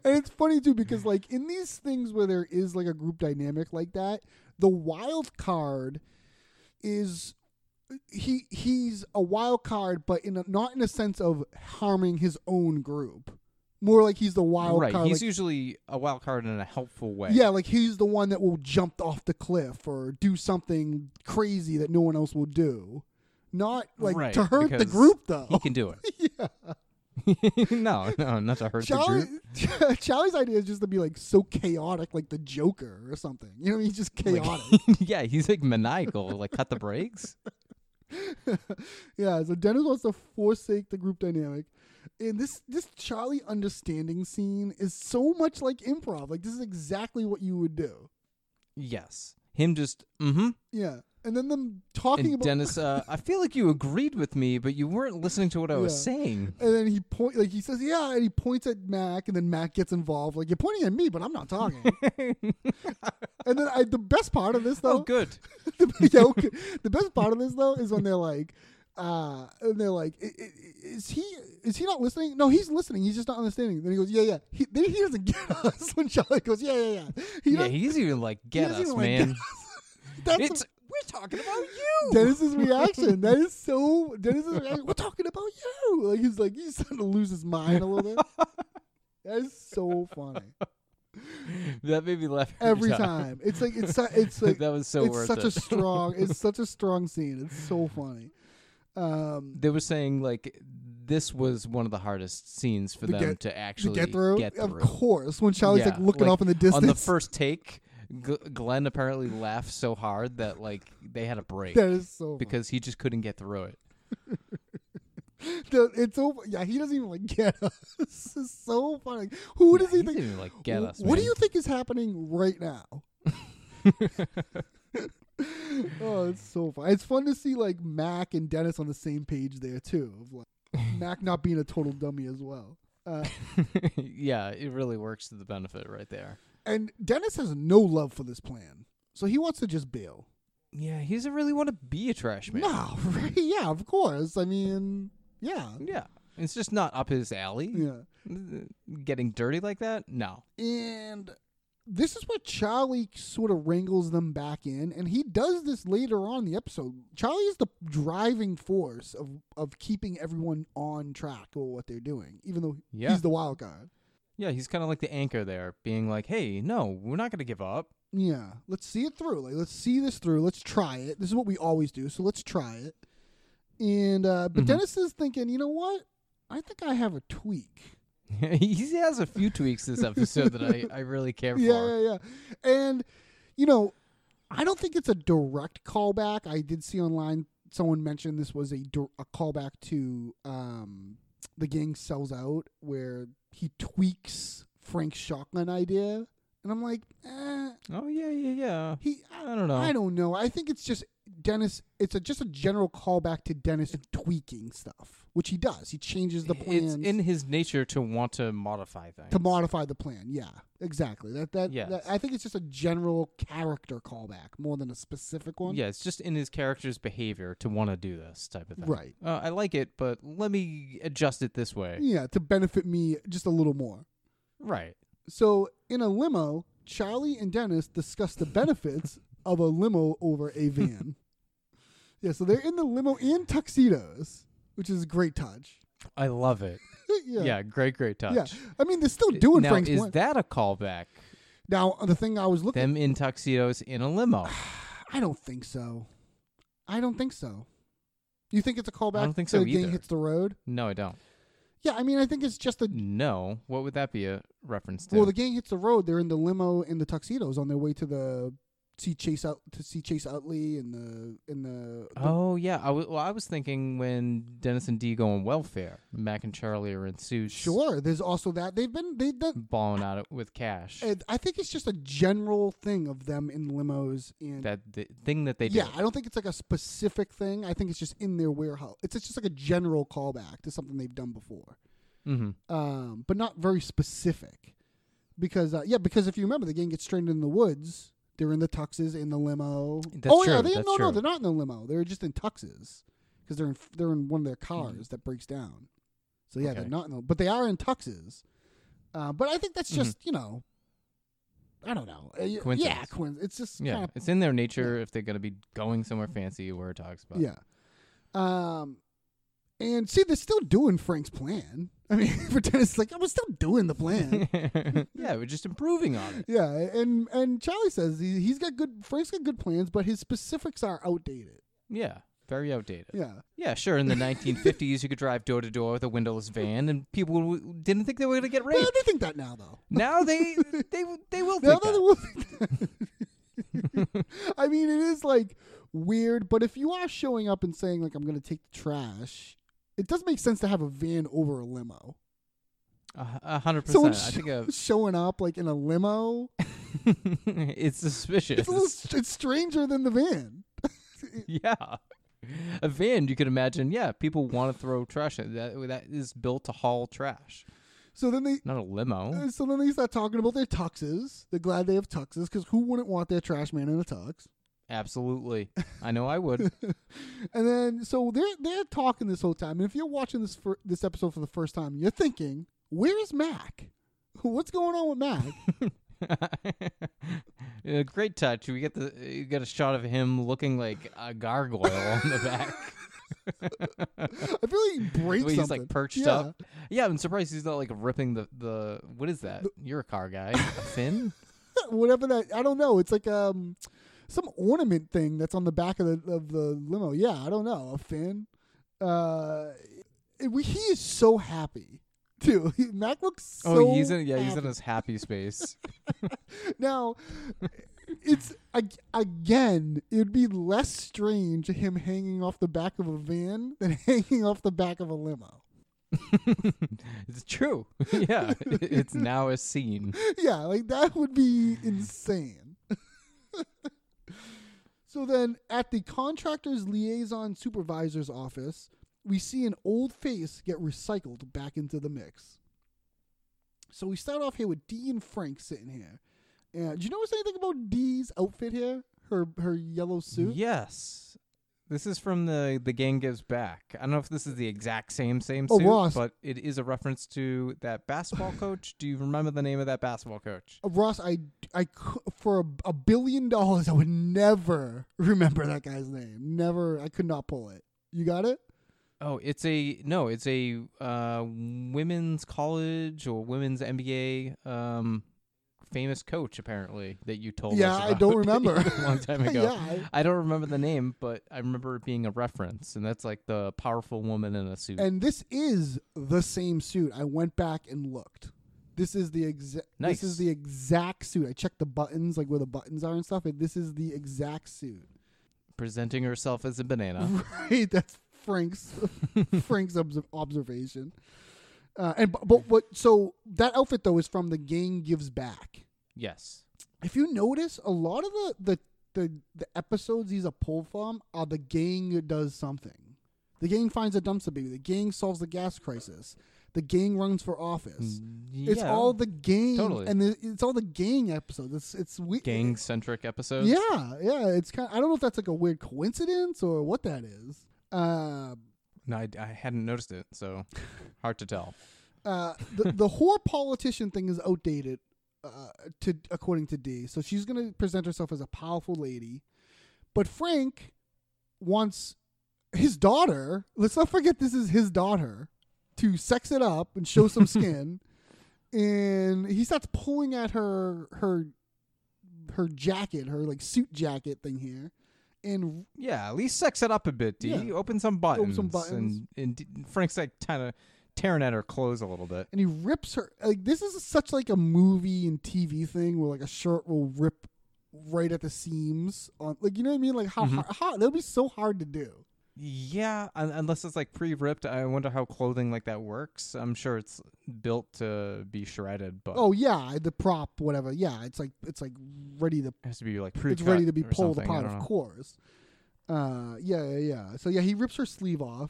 and it's funny too because like in these things where there is like a group dynamic like that, the wild card is he he's a wild card, but in a, not in a sense of harming his own group. More like he's the (laughs) wild right. card. He's like- usually a wild card in a helpful way. yeah, like he's the one that will jump off the cliff or do something crazy that no one else will do. Not like right, to hurt the because group though. He can do (laughs) it. (laughs) no, no, not to hurt the Charlie, group. (laughs) Charlie's idea is just to be like so chaotic, like the Joker or something. You know, what I mean? Oh he's just chaotic. (laughs) yeah, he's like maniacal. Like cut the brakes. yeah, so Dennis wants to forsake the group dynamic. And this this Charlie understanding scene is so much like improv. Like this is exactly what you would do. Yes, him just mm-hmm. Yeah. And then them talking And about Dennis, uh, I feel like you agreed with me, but you weren't listening to what I was Yeah. saying. and then he point like he says, Yeah, and he points at Mac and then Mac gets involved. Like you're pointing at me, but I'm not talking. (laughs) and then I, the best part of this Oh, though good. the, (laughs) yeah, okay. the best part of this though is when they're like uh and they're like "I- I- is he is he not listening no he's listening he's just not understanding then he goes yeah yeah he, then he doesn't (laughs) get us when charlie goes yeah yeah yeah he yeah, doesn't- he's even like, get doesn't us, even, like, man. get that's it's we're talking about you. (laughs) dennis's reaction that is so dennis's reaction we're talking about you like he's like he's starting to lose his mind a (laughs) little bit that is so funny that made me laugh every time it's like it's su- it's like (laughs) That was so it's worth such a it. strong (laughs) it's such a strong scene it's so funny um (laughs) They were saying like this was one of the hardest scenes for To them get- to actually to get through? Get through. Of course, when Charlie's like Yeah, looking off in the distance. On the first take, G- Glenn apparently laughed so hard that like they had a break (laughs) that is so because because he just couldn't get through it. it's over. Yeah, he doesn't even like (laughs) get us. This is so funny. Who does Yeah, he, he think? didn't even, like, get Wh- us, What do man. you think is happening right now? (laughs) oh, it's so fun. It's fun to see like Mac and Dennis on the same page there too. (laughs) Of like Mac not being a total dummy as well. Uh, (laughs) yeah, it really works to the benefit right there. and Dennis has no love for this plan, so he wants to just bail. Yeah, he doesn't really want to be a trash man. No, (laughs) right? Yeah, of course. I mean, yeah. Yeah. It's just not up his alley. Yeah. Getting dirty like that? No. And this is where Charlie sort of wrangles them back in, and he does this later on in the episode. Charlie is the driving force of, of keeping everyone on track or what they're doing, even though Yeah. he's the wild card. Yeah, he's kind of like the anchor there, being like, hey, no, we're not going to give up. Yeah, let's see it through. Like, let's see this through. Let's try it. This is what we always do, so let's try it. And uh, but Dennis is thinking, you know what? I think I have a tweak. (laughs) he has a few tweaks this episode that I, (laughs) I really care for. Yeah, yeah, yeah. And you know, I don't think it's a direct callback. I did see online someone mentioned this was a, dir- a callback to um, the gang sells out, where he tweaks Frank's shotgun idea, and I'm like, eh, Oh, yeah, yeah, yeah. he. I don't know. I don't know. I think it's just Dennis. It's a, just a general callback to Dennis tweaking stuff, which he does. He changes the plans It's in his nature to want to modify things. to modify the plan. Yeah, exactly. That that, Yes. that- I think it's just a general character callback more than a specific one. yeah, it's just in his character's behavior to want to do this type of thing. Right. Uh, I like it, but let me adjust it this way. Yeah, to benefit me just a little more. Right. So in a limo, Charlie and Dennis discuss (laughs) the benefits of a limo over a van. yeah, so they're in the limo in tuxedos, which is a great touch. Uh, I love it. (laughs) yeah. Yeah, great, great touch. Yeah. I mean, they're still doing now, Frank's is plan. that a callback? now, the thing I was looking Them in tuxedos in a (sighs) limo. I don't think so. I don't think so. You think it's a callback? I don't think to so the gang either. hits the road. No, I don't. Yeah, I mean, I think it's just a No. What would that be a reference to? well. The gang hits the road. They're in the limo in the tuxedos on their way to the see Chase out to see Chase Utley and the in the. the- oh, yeah. I wa- well, I was thinking when Dennis and Dee go on welfare, Mac and Charlie are in suits. sure. There's also that they've been they've done. Balling out it with cash. and I think it's just a general thing of them in limos and. that th- thing that they do. yeah, I don't think it's like a specific thing. I think it's just in their warehouse. It's just like a general callback to something they've done before. Mm-hmm. um, but not very specific. Because uh, yeah, because if you remember, the gang gets stranded in the woods. They're in the tuxes in the limo. That's oh yeah, true, they that's no no true. they're not in the limo. They're just in tuxes because they're in they're in one of their cars that breaks down. So yeah, they're Mm-hmm. Okay. not in the, but they are in tuxes. Uh, but I think that's Mm-hmm. just you know, I don't know. Uh, y- Yeah, Coincidence. coinc- It's just Yeah, kind of it's in their nature if they're going to be going somewhere fancy where it talks about. Yeah. Um, and see, they're still doing Frank's plan. I mean, (laughs) for tennis, like, I'm still doing (laughs) the plan. (laughs) yeah, we're just improving on it. yeah, and and Charlie says he, he's got good. Frank's got good plans, but his specifics are outdated. (laughs) Yeah, very outdated. Yeah, Yeah, sure. In the 1950s, you could drive door to door with a windowless van, and people w- didn't think they were going to get well, raped. they think that now though. now they they they (laughs) will Now think that that. it will (laughs) I mean, it is like weird, but if you are showing up and saying like I'm going to take the trash, it does make sense to have a van over a limo. A- a hundred Someone percent. I (laughs) think a, sho- showing up like in (laughs) a limo, it's suspicious. it's a little it's stranger than the van. (laughs) yeah. A van, you can imagine. Yeah, people want to throw trash. in. That that is built to haul trash, So then they not a limo. Uh, So then they start talking about their tuxes. They're glad they have tuxes because who wouldn't want their trash man in a tux? Absolutely, I know I (laughs) would. (laughs) And then so they're they're talking this whole time. And if you're watching this for this episode for the first time, you're thinking, "Where is Mac? (laughs) What's going on with Mac?" (laughs) Uh, great touch. We get the you get a shot of him looking like a gargoyle on (laughs) the back. I feel like he breaks The way he's something. like perched Yeah. up. Yeah, I'm surprised he's not like ripping the the what is that? You're a car (laughs) guy, a fin. Whatever that I don't know. It's like um some ornament thing that's on the back of the of the limo. Yeah, I don't know. A fin. Uh, it- we, he is so happy too. (laughs) Mac looks so. oh, he's in yeah, he's in happy. his happy (laughs) space. (laughs) Now, it's ag- again, it'd be less strange him hanging off the back of a van than (laughs) hanging off the back of a limo. It's true. (laughs) Yeah, it's now a scene. Yeah, like that would be insane. (laughs) so then, at the contractor's liaison supervisor's office, we see an old face get recycled back into the mix. So we start off here with Dee and Frank sitting here. And do you notice anything about Dee's outfit here? Her her yellow suit. Yes. This is from the the gang gives back. I don't know if this is the exact same same Oh, suit, Ross. but it is a reference to that (laughs) basketball coach. Do you remember the name of that basketball coach? Uh, Ross, I, I cou- for a, a billion dollars, I would never remember that guy's name. Never, I could not pull it. You got it? Oh, it's a no, it's a uh, women's college or women's MBA um, famous coach apparently that you told Yeah, us. I about (laughs) don't remember. a long time ago. (laughs) Yeah, I- I don't remember the name, but I remember it being a reference, and that's like the powerful woman in a suit. And this is the same suit. I went back and looked. This is the exact. This Nice. is the exact suit. I checked the buttons, like where the buttons are and stuff. And this is the exact suit. (laughs) presenting herself as a banana. Right, that's Frank's (laughs) Frank's obs- observation. Uh, and but, but what? So that outfit though is from the Gang Gives Back. yes. if you notice, a lot of the the the, the episodes these are pulled from are the gang does something. The gang finds a dumpster baby. The gang solves the gas crisis. The gang runs for office. It's Mm, yeah. all the gang, Totally. and the, it's all the gang episodes. It's it's we- gang centric episodes. Yeah, yeah. It's kind. I don't know if that's like a weird coincidence or what that is. Uh, No, I, I hadn't noticed it, (laughs) so hard to tell. uh, the the whore politician thing is outdated, uh, to according to D. So she's going to present herself as a powerful lady, but Frank wants his daughter. Let's not forget this is his daughter to sex it up and show some skin, and he starts pulling at her her her jacket, her like suit jacket thing here, and Yeah, at least sex it up a bit, D. Yeah. Open some buttons. some buttons. And, and D- Frank's like kind of tearing at her clothes a little bit. and he rips her like this is such like a movie and TV thing where like a shirt will rip right at the seams on like you know what I mean like Mm-hmm. how how, how that'd be so hard to do. Yeah, un- unless it's like pre-ripped. I wonder how clothing like that works. I'm sure it's built to be shredded, but Oh yeah, the prop whatever. Yeah, it's like it's like ready to it has to be like it's pre-cut ready to be or pulled something, I apart don't of know. course. Uh yeah, yeah, yeah. So yeah, he rips her sleeve off.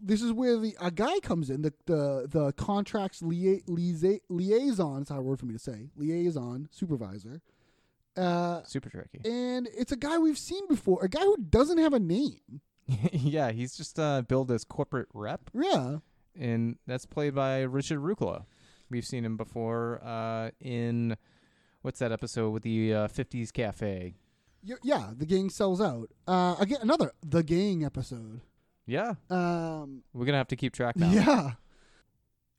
This is where the a guy comes in, the the the contracts lia- liaison liaison, it's not a word for me to say. Liaison supervisor. Uh Super tricky. and it's a guy we've seen before, a guy who doesn't have a name. (laughs) yeah, he's just uh, billed as corporate rep, Yeah, and that's played by Richard Rucola. We've seen him before uh, in what's that episode with the uh, 50s cafe? Y- yeah. The gang sells out. Uh, again, another the gang episode. Yeah, Um, we're gonna have to keep track now. yeah.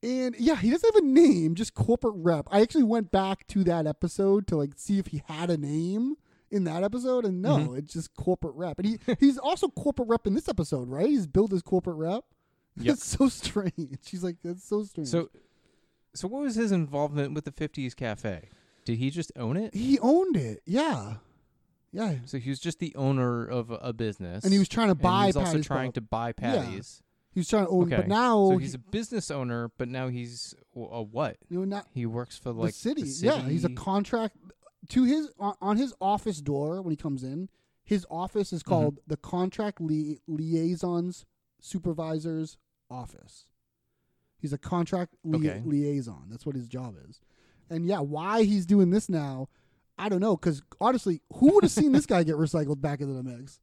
And yeah, he doesn't have a name, just corporate rep. I actually went back to that episode to like see if he had a name in that episode, and no, it's just corporate rep. And he he's also corporate rep in this episode, right? He's billed as corporate rep. Yep. That's so (laughs) strange. She's like, that's so strange. So, so what was his involvement with the '50s cafe? Did he just own it? he owned it. Yeah, yeah. So he was just the owner of a- a business, And he was trying to buy He was also Patty's trying Pub. to buy Yeah. Patty's. He was trying to own, Okay, but now so he's a business owner, but now he's w- a what? you know, not He works for like the, city. Yeah, he's a city. contract to his on, on his office door when he comes in. His office Mm-hmm. is called the Contract Li- Liaisons Supervisor's Office. He's a contract lia- Okay. liaison. That's what his job is. And yeah, why he's doing this now, I don't know. Because honestly, who would have seen this guy get recycled back into the mix?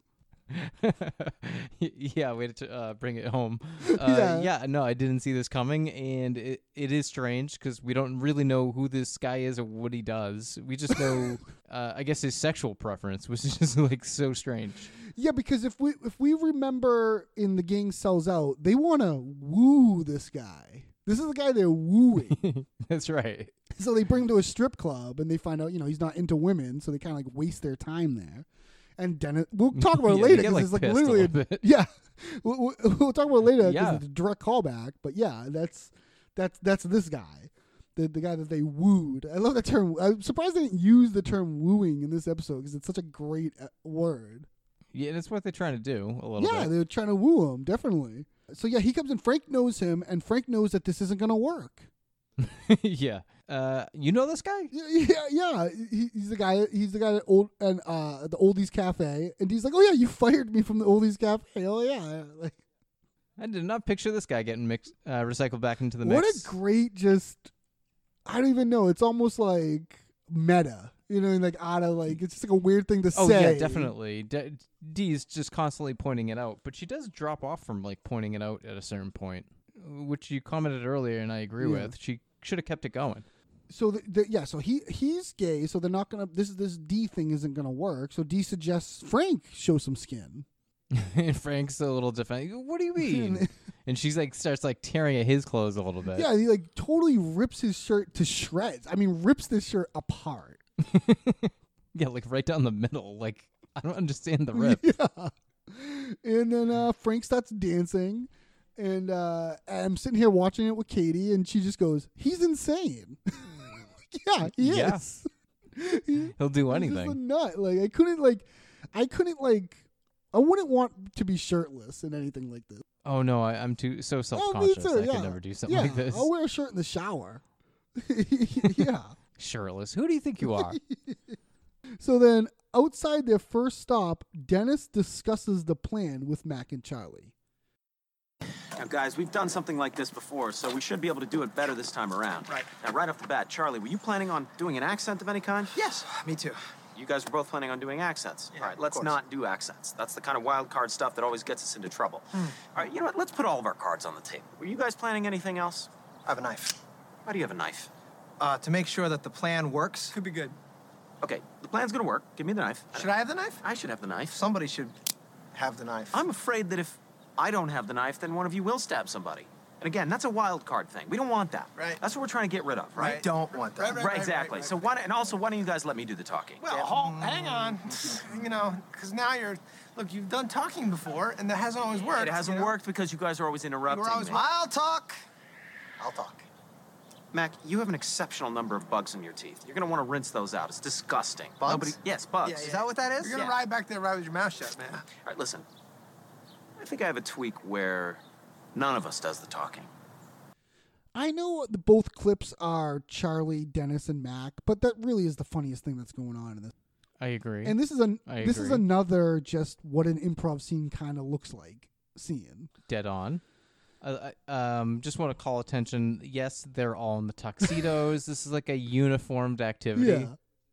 (laughs) yeah, way to uh, bring it (laughs) home. Uh, yeah. no, I didn't see this coming, and it, it is strange because we don't really know who this guy is or what he does. We just (laughs) know, uh, I guess, his sexual preference, which is just like so strange. (laughs) Yeah, because if we if we remember in the gang sells out, they want to woo this guy. This is the guy they're wooing. (laughs) That's right. so they bring him to a strip club and they find out you know he's not into women so they kind of like waste their time there and dennis (laughs) we'll talk about Yeah, it they later get, 'cause like, pissed a it's like literally little bit. (laughs) (laughs) yeah we'll, we'll- (laughs) we'll talk about it later 'cause Yeah. it's a direct callback but yeah that's that's that's this guy the, the guy that they wooed i love that term i'm surprised they didn't use the term wooing in this episode because it's such a great uh, word Yeah, that's what they're trying to do a little yeah bit. they're trying to woo him definitely so yeah he comes in frank knows him and frank knows that this isn't going to work (laughs) (laughs) yeah. Uh, you know this guy? Yeah, yeah, yeah. He, he's the guy. He's the guy at old and uh, the Oldies Cafe, and he's like, "Oh yeah, you fired me from the Oldies Cafe." Oh yeah, (laughs) like I did not picture this guy getting mixed, uh, recycled back into the mix. what a great just. I don't even know. It's almost like meta, you know, like out of like it's just like a weird thing to Oh say. yeah, definitely. D- Dee's just constantly pointing it out, but she does drop off from like pointing it out at a certain point, which you commented earlier, and I agree Yeah. with. She should have kept it going. (laughs) so the, the, yeah, so he he's gay, so they're not gonna. This this D thing isn't gonna work. So D suggests Frank show some skin. and Frank's a little defensive. What do you (laughs) mean? and she's like starts like tearing at his clothes a little bit. Yeah, he like totally rips his shirt to shreds. I mean, rips this shirt apart. yeah, like right down the middle. Like I don't understand (laughs) the rip. and then uh, Frank starts dancing, and uh, I'm sitting here watching it with Katie, and she just goes, "He's insane." (laughs) yeah, he Yeah. is. He- He'll do He's just a anything. nut. Like I couldn't like, I couldn't like. I wouldn't want to be shirtless in anything like this. Oh no, I, I'm too so self Oh, me conscious. too. I yeah. could never do something yeah. Oh, like this. I'll wear a shirt in the shower. (laughs) yeah. Shirtless. Who do you think you (laughs) are? So then, outside their first stop, Dennis discusses the plan with Mac and Charlie. Now, guys, we've done something like this before, so we should be able to do it better this time around. Right. Now, right off the bat, Charlie, were you planning on doing an accent of any kind? Yes, me too. You guys were both planning on doing accents. Yeah, all right, of let's course. not do accents. That's the kind of wild card stuff that always gets us into trouble. Hmm. All right, you know what? Let's put all of our cards on the table. Were you guys planning anything else? I have a knife. Why do you have a knife? Uh, to make sure that the plan works, Could be good. Okay, the plan's gonna work. Give me the knife. should I have the knife? I should have the knife. Somebody should have the knife. I'm afraid that if I don't have the knife, then one of you will stab somebody. And again, that's a wild card thing. We don't want that. Right. That's what we're trying to get rid of, I right? Right. don't want that. Right, Right, exactly. right, so right, why? don't- And also, why don't you guys let me do the talking? Well, hold, Oh, hang on. (laughs) you know, because now you're, look, you've done talking before, and that hasn't always worked. it hasn't you know? worked because you guys are always interrupting We're always me. wild talk. I'll talk. Mac, you have an exceptional number of bugs in your teeth. You're gonna want to rinse those out. It's disgusting. Bugs? Nobody, yes, bugs. Yeah, Is yeah. that what that is? You're gonna Yeah. ride back there, ride with your mouth shut, man. All right, listen. I think I have a tweak where none of us does the talking. I know the, both clips are Charlie, Dennis, and Mac, but that really is the funniest thing that's going on in this. I agree. And this is an I this is agree. another just what an improv scene kind of looks like scene. dead on. Uh, I- um, just want to call attention. Yes, they're all in the (laughs) tuxedos. this is like a uniformed activity, Yeah.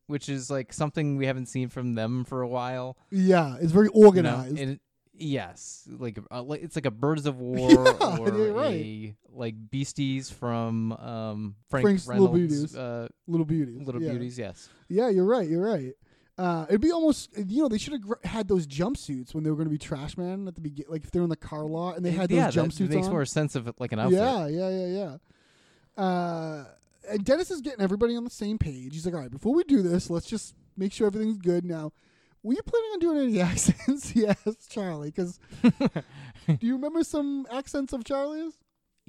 which is like something we haven't seen from them for a while. Yeah, it's very you know? organized. And it- yes, like, uh, like it's like a Birds (laughs) of War Yeah, or you're right. a like Beasties from um, Frank Frank's Little Reynolds' Beauties. uh, Little Beauties. Little yeah. Beauties. Yes, Yeah, you're right. You're right. Uh, it'd be almost you know they should have gr- had those jumpsuits when they were going to be trash man at the beginning like if they're in the car lot and they had yeah, those that jumpsuits makes on. more sense of like an outfit. Yeah, yeah, yeah, yeah. Uh, and Dennis is getting everybody on the same page. He's like, all right, before we do this, let's just make sure everything's good now. Were you planning on doing any (laughs) accents? yes, Charlie. Because do you remember some accents of Charlie's?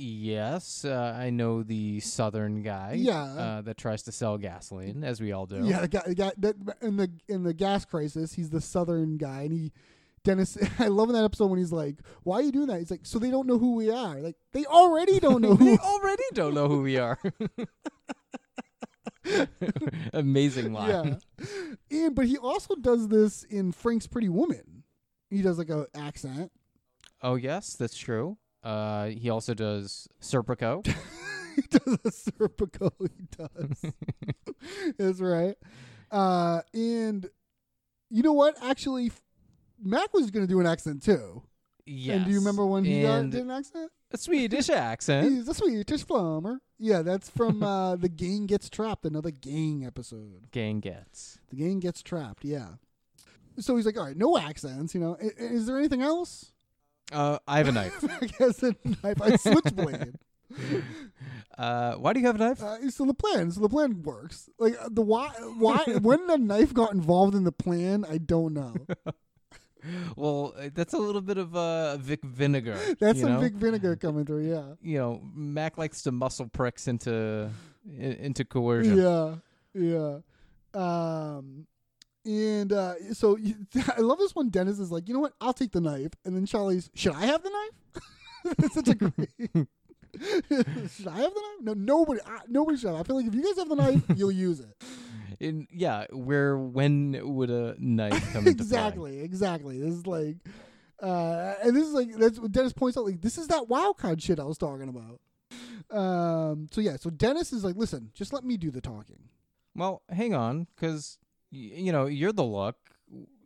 Yes, uh, I know the southern guy. Yeah. Uh, that tries to sell gasoline, as we all do. Yeah, the guy, the guy that in the in the gas crisis, he's the southern guy, and he Dennis. (laughs) I love in that episode when he's like, "Why are you doing that?" He's like, "So they don't know who we are." Like they already (laughs) don't know We who. already don't know who we are. (laughs) Amazing yeah, (laughs) line. and but he also does this in Frank's Pretty Woman. He does like a accent. (laughs) Oh yes, that's true. Uh, he also does (laughs) Serpico. he does a Serpico. He (laughs) does. That's right. Uh, and you know what? Actually, F- Mac was going to do an accent too. yes. And do you remember when he got, And did an accent? a (laughs) Swedish accent? He's a Swedish plumber. Yeah, that's (laughs) from uh, the gang gets trapped. Another gang episode. Gang gets. The gang gets trapped. Yeah. So he's like, all right, no accents. You know, I- I- is there anything else? Uh, I have a knife. (laughs) I guess a knife, a switchblade. (laughs) Uh, why do you have a knife? Uh, so the plan, so the plan works. Like uh, the why, why, when the knife got involved in the plan, I (laughs) don't know. Well, uh, that's a little bit of uh, Vic (laughs) Vinegar. That's you some know? big vinegar coming through. Yeah, You know, Mac likes to muscle pricks into i- into coercion. yeah, yeah. Um, and uh, so you, (laughs) I love this one. Dennis is like, you know what? I'll take the knife, and then Charlie's, should I have the knife? (laughs) That's such a great. (laughs) (laughs) should I have the knife? No, nobody, I, nobody should. Have. I feel like if you guys have the knife, you'll use it. In, yeah, where when would a knife come (laughs) into play? exactly, exactly. This is like, uh, and this is like that's what Dennis points out. Like this is that wild card shit I was talking about. Um. So yeah. So Dennis is like, listen, just let me do the talking. Well, hang on, because you know you're the look.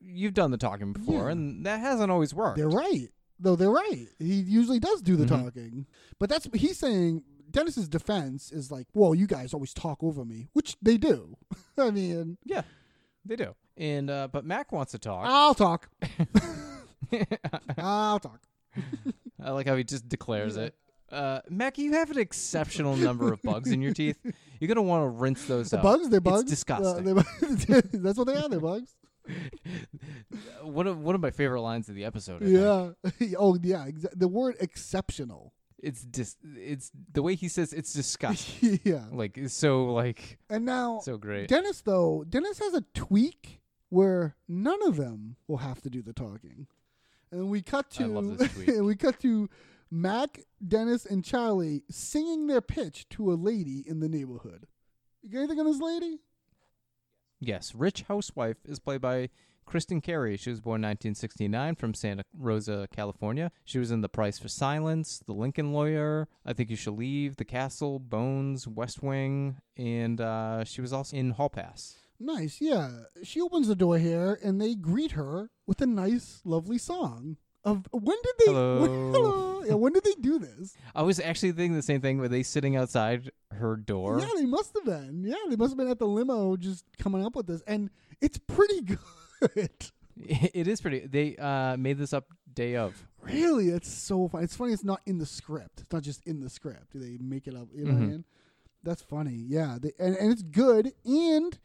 You've done the talking before, Yeah. and that hasn't always worked. They're right, though. They're right. He usually does do Mm-hmm. the talking, but that's he's saying. Dennis's defense is like, well, you guys always talk over me, which they do. (laughs) I mean, Yeah, they do. And uh, but Mac wants to talk. (laughs) I'll talk. I'll talk. Ah. I like how he just declares it. Uh, Mac, you have an exceptional number of bugs in your (laughs) teeth. You're gonna want to rinse those out. Bugs, they're bugs. Oh, It's Uh, disgusting. they're (laughs) bugs. that's what they are. They're bugs. one of one of my favorite lines of the episode. I think. Uh, Yeah. (laughs) oh, yeah. Exa- the word exceptional. it's dis- It's the way he says it's disgusting. (laughs) yeah. like it's so like And now, Ah. so great. Dennis, though, Dennis has a tweak where none of them will have to do the talking. And we cut to I love (laughs) this tweak. we cut to Mac, Dennis, and Charlie singing their pitch to a lady in the neighborhood. You got anything on this lady? Yes, Rich Housewife is played by Kristen Carey. She was born 1969 from Santa Rosa, California. She was in The Price for Silence, The Lincoln Lawyer, I Think You Should Leave, The Castle, Bones, West Wing, and uh, she was also in Hall Pass. Nice, yeah. She opens the door here, and they greet her with a nice, lovely song. Of when (laughs) did they? Hello. hello. Yeah, when did they do this? I was actually thinking the same thing. Were they sitting outside her door? Yeah, they must have been. Yeah, they must have been at the limo just coming up with this, and it's pretty (laughs) good. (laughs) It is pretty. They uh, made this up day of. really, it's so funny. It's funny. It's not in the script. It's not just in the script. They make it up. You know what I mean? That's funny. Yeah, they, and and it's good. And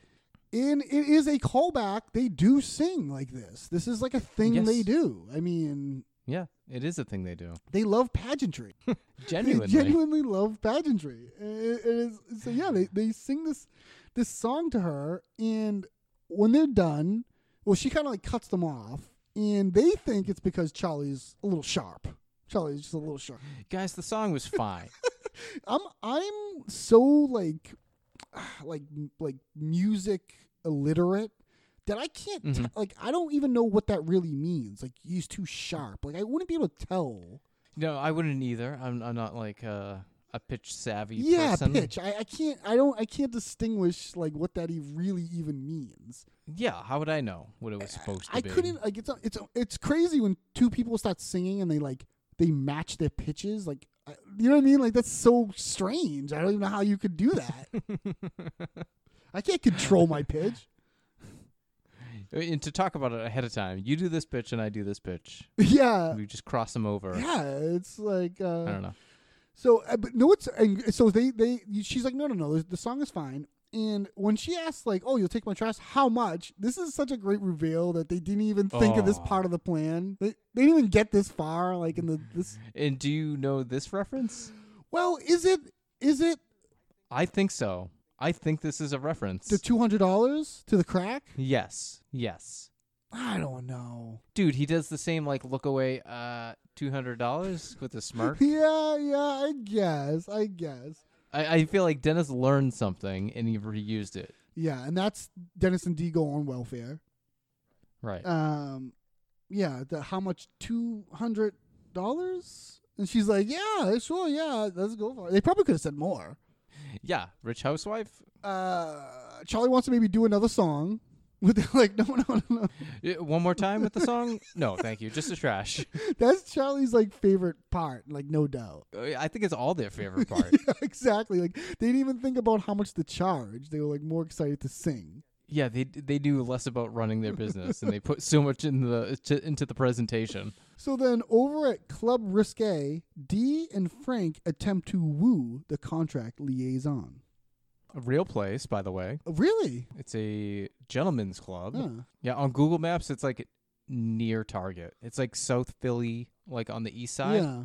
and it is a callback. They do sing like this. This is like a thing Yes. they do. I mean, Yeah, it is a thing they (laughs) do. they love pageantry. Genuinely. They genuinely love pageantry. It- it is- so yeah, they, they sing this this song to her, and when they're done, well, she kind of like cuts them off, and they think it's because Charlie's a little sharp. Charlie's just a little sharp. Guys, the song was fine. I'm I'm so like (sighs) like like music illiterate that I can't te- like I don't even know what that really means. Like he's too sharp. Like I wouldn't be able to tell. No, I wouldn't either. I'm, I'm not like a, a pitch savvy yeah person. pitch I, I can't i don't i can't distinguish like what that e- really even means Yeah, how would I know what it was supposed to i be? couldn't like it's it's it's crazy when two people start singing and they like they match their pitches like I, you know what i mean like that's so strange i don't even know how you could do that (laughs) i can't control my pitch (laughs) And to talk about it ahead of time, you do this pitch and I do this pitch. yeah We just cross them over. yeah it's like uh I don't know. So, uh, but no, it's and so they they she's like, no, no, no, the song is fine. And when she asks, like, "Oh, you'll take my trash? How much?" This is such a great reveal that they didn't even think of this Aw. part of the plan. They, they didn't even get this far, like in the this. And do you know this reference? Well, is it is it I think so. I think this is a reference. the two hundred dollars to the crack? yes. Yes. I don't know. Dude, he does the same like look away uh $200 with a smirk. Yeah, yeah, I guess, I guess. I, I feel like Dennis learned something and he reused it. Yeah, and that's Dennis and Deagle on welfare. Right. um yeah the how much two hundred dollars and she's like yeah sure yeah let's go for it they probably could have said more yeah, rich housewife. uh charlie wants to maybe do another song (laughs) with like no no no no Uh, One more time with the song? no, thank you. Just the trash. (laughs) that's charlie's like favorite part like no doubt (laughs) Uh, I think it's all their favorite part. yeah, exactly like they didn't even think about how much to charge they were like more excited to sing yeah, they they do less about running their business and they put so much in the to, into the presentation. so then over at club risque dee and frank attempt to woo the contract liaison A real place, by the way. really It's a gentleman's club. Huh. Yeah, on Google Maps, it's like near Target. It's like South Philly, like on the east side. yeah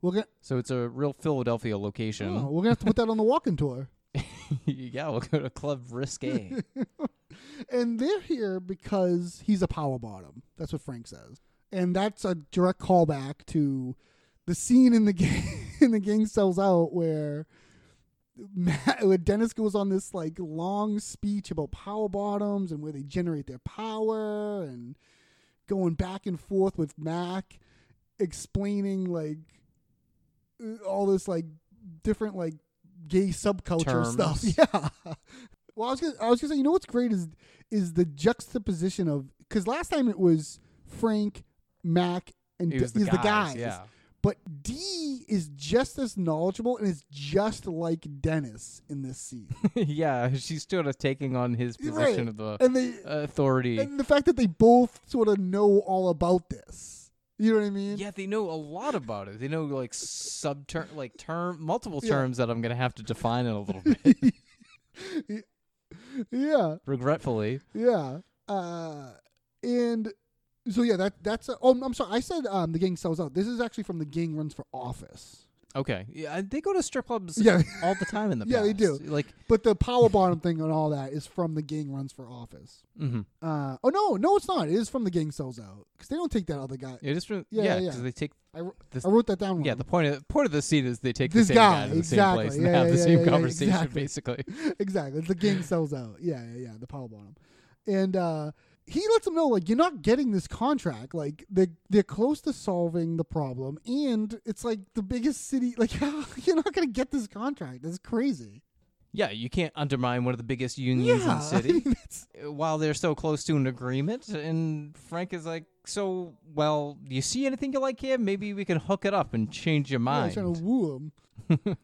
we're gonna So it's a real Philadelphia location. Oh, we're gonna have to put that on the walking tour. (laughs) yeah, we'll go to Club (laughs) Risque. And they're here because he's a power bottom. That's what Frank says, and that's a direct callback to the scene in the gang (laughs) in the gang sells out where. Matt, where Dennis goes on this like long speech about power bottoms and where they generate their power and going back and forth with Mac explaining like uh, all this like different like gay subculture Terms. stuff. (laughs) Yeah. Well, I was gonna, I was gonna say, you know what's great is is the juxtaposition of because last time it was Frank, Mac, and It D- was the is guys, yeah. (laughs) But D is just as knowledgeable and is just like Dennis in this (laughs) scene. yeah, she's sort of taking on his position of the and (laughs) they authority. and the fact that they both sort of know all about this. You know what I mean? yeah, they know a lot about it. They know like subterm, like term, multiple Yeah. terms that I'm gonna have to define in a little (laughs) bit, Yeah. regretfully. Yeah. Uh, and so yeah, that that's uh, oh I'm sorry, I said um the gang sells out. This is actually from the gang runs for office. Okay, yeah, they go to strip clubs Yeah. all the time in the (laughs) Yeah, past. they do. Like, But the power bottom thing and all that is from the gang runs for office. mhm. Uh, oh no, no, it's not. It is from the gang sells out because they don't take that other guy. it is from Yeah, yeah, 'cause yeah. they take I, wr- this- I wrote that down. Yeah, wrong. the point of point of the scene is they take This the same guy, guy, to the exactly. same place and Yeah, have yeah, the same yeah, yeah, conversation, exactly. basically. (laughs) (laughs) exactly. It's the gang sells out. Yeah, yeah, yeah. The power bottom, and uh, he lets them know like you're not getting this contract. Like they they're close to solving the problem, and it's like the biggest city. Like (laughs) you're not gonna get this contract. That's crazy. Yeah, you can't undermine one of the biggest unions in Yeah, the (laughs) I city Uh, mean, that's- while they're so close to an agreement. And Frank is like, "So, well, do you see anything you like here? Maybe we can hook it up and change your Yeah, mind." he's trying to woo him.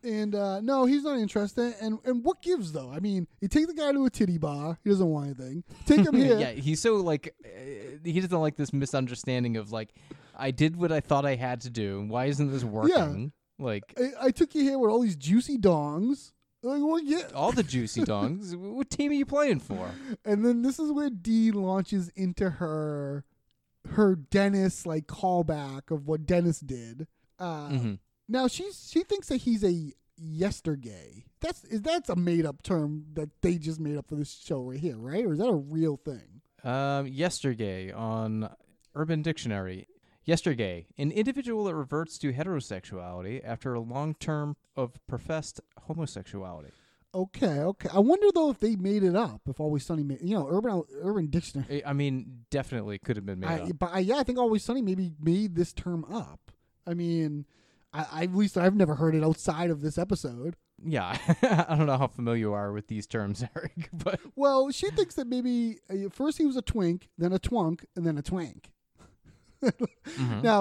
and uh, no, he's not interested. And and what gives though? I mean, you take the guy to a titty bar. He doesn't want anything. (laughs) Take him here. yeah, he's so like uh, he doesn't like this misunderstanding of like, I did what I thought I had to do. Why isn't this working? Like I, I took you here with all these juicy dongs. Like what? Yeah. all the juicy dongs. what team are you playing for? And then this is where Dee launches into her her Dennis like callback of what Dennis did. Uh, Now she's she thinks that he's a yestergay. That's is that's a made up term that they just made up for this show right here, right? Or is that a real thing? Um, yesterday on Urban Dictionary. Yesterday, an individual that reverts to heterosexuality after a long term of professed homosexuality. Okay, okay. I wonder though if they made it up. If Always Sunny made you know Urban Urban Dictionary. (laughs) I- I mean, definitely could have been made I, up. But I, yeah, I think Always Sunny maybe made this term up. I mean, I, I at least I've never heard it outside of this episode. Yeah, (laughs) I don't know how familiar you are with these terms, (laughs) Eric, but Well, (sighs) she thinks that maybe uh, first he was a twink, then a twunk, and then a twank. (laughs) Now,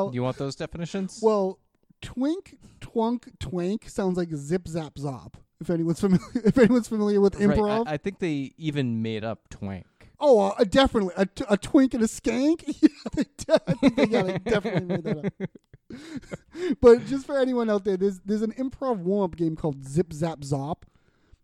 Mm-hmm. you want those definitions? well, twink, twunk, twank sounds like zip, zap, zop. If anyone's familiar, (laughs) if anyone's familiar with Right, I- improv, I, think they even made up twank. oh, uh, (laughs) definitely a, t- a twink and a skank. yeah, they, de- I think they- yeah, they definitely made that up. (laughs) but just for anyone out there, there's there's an improv warm up game called Zip Zap Zop,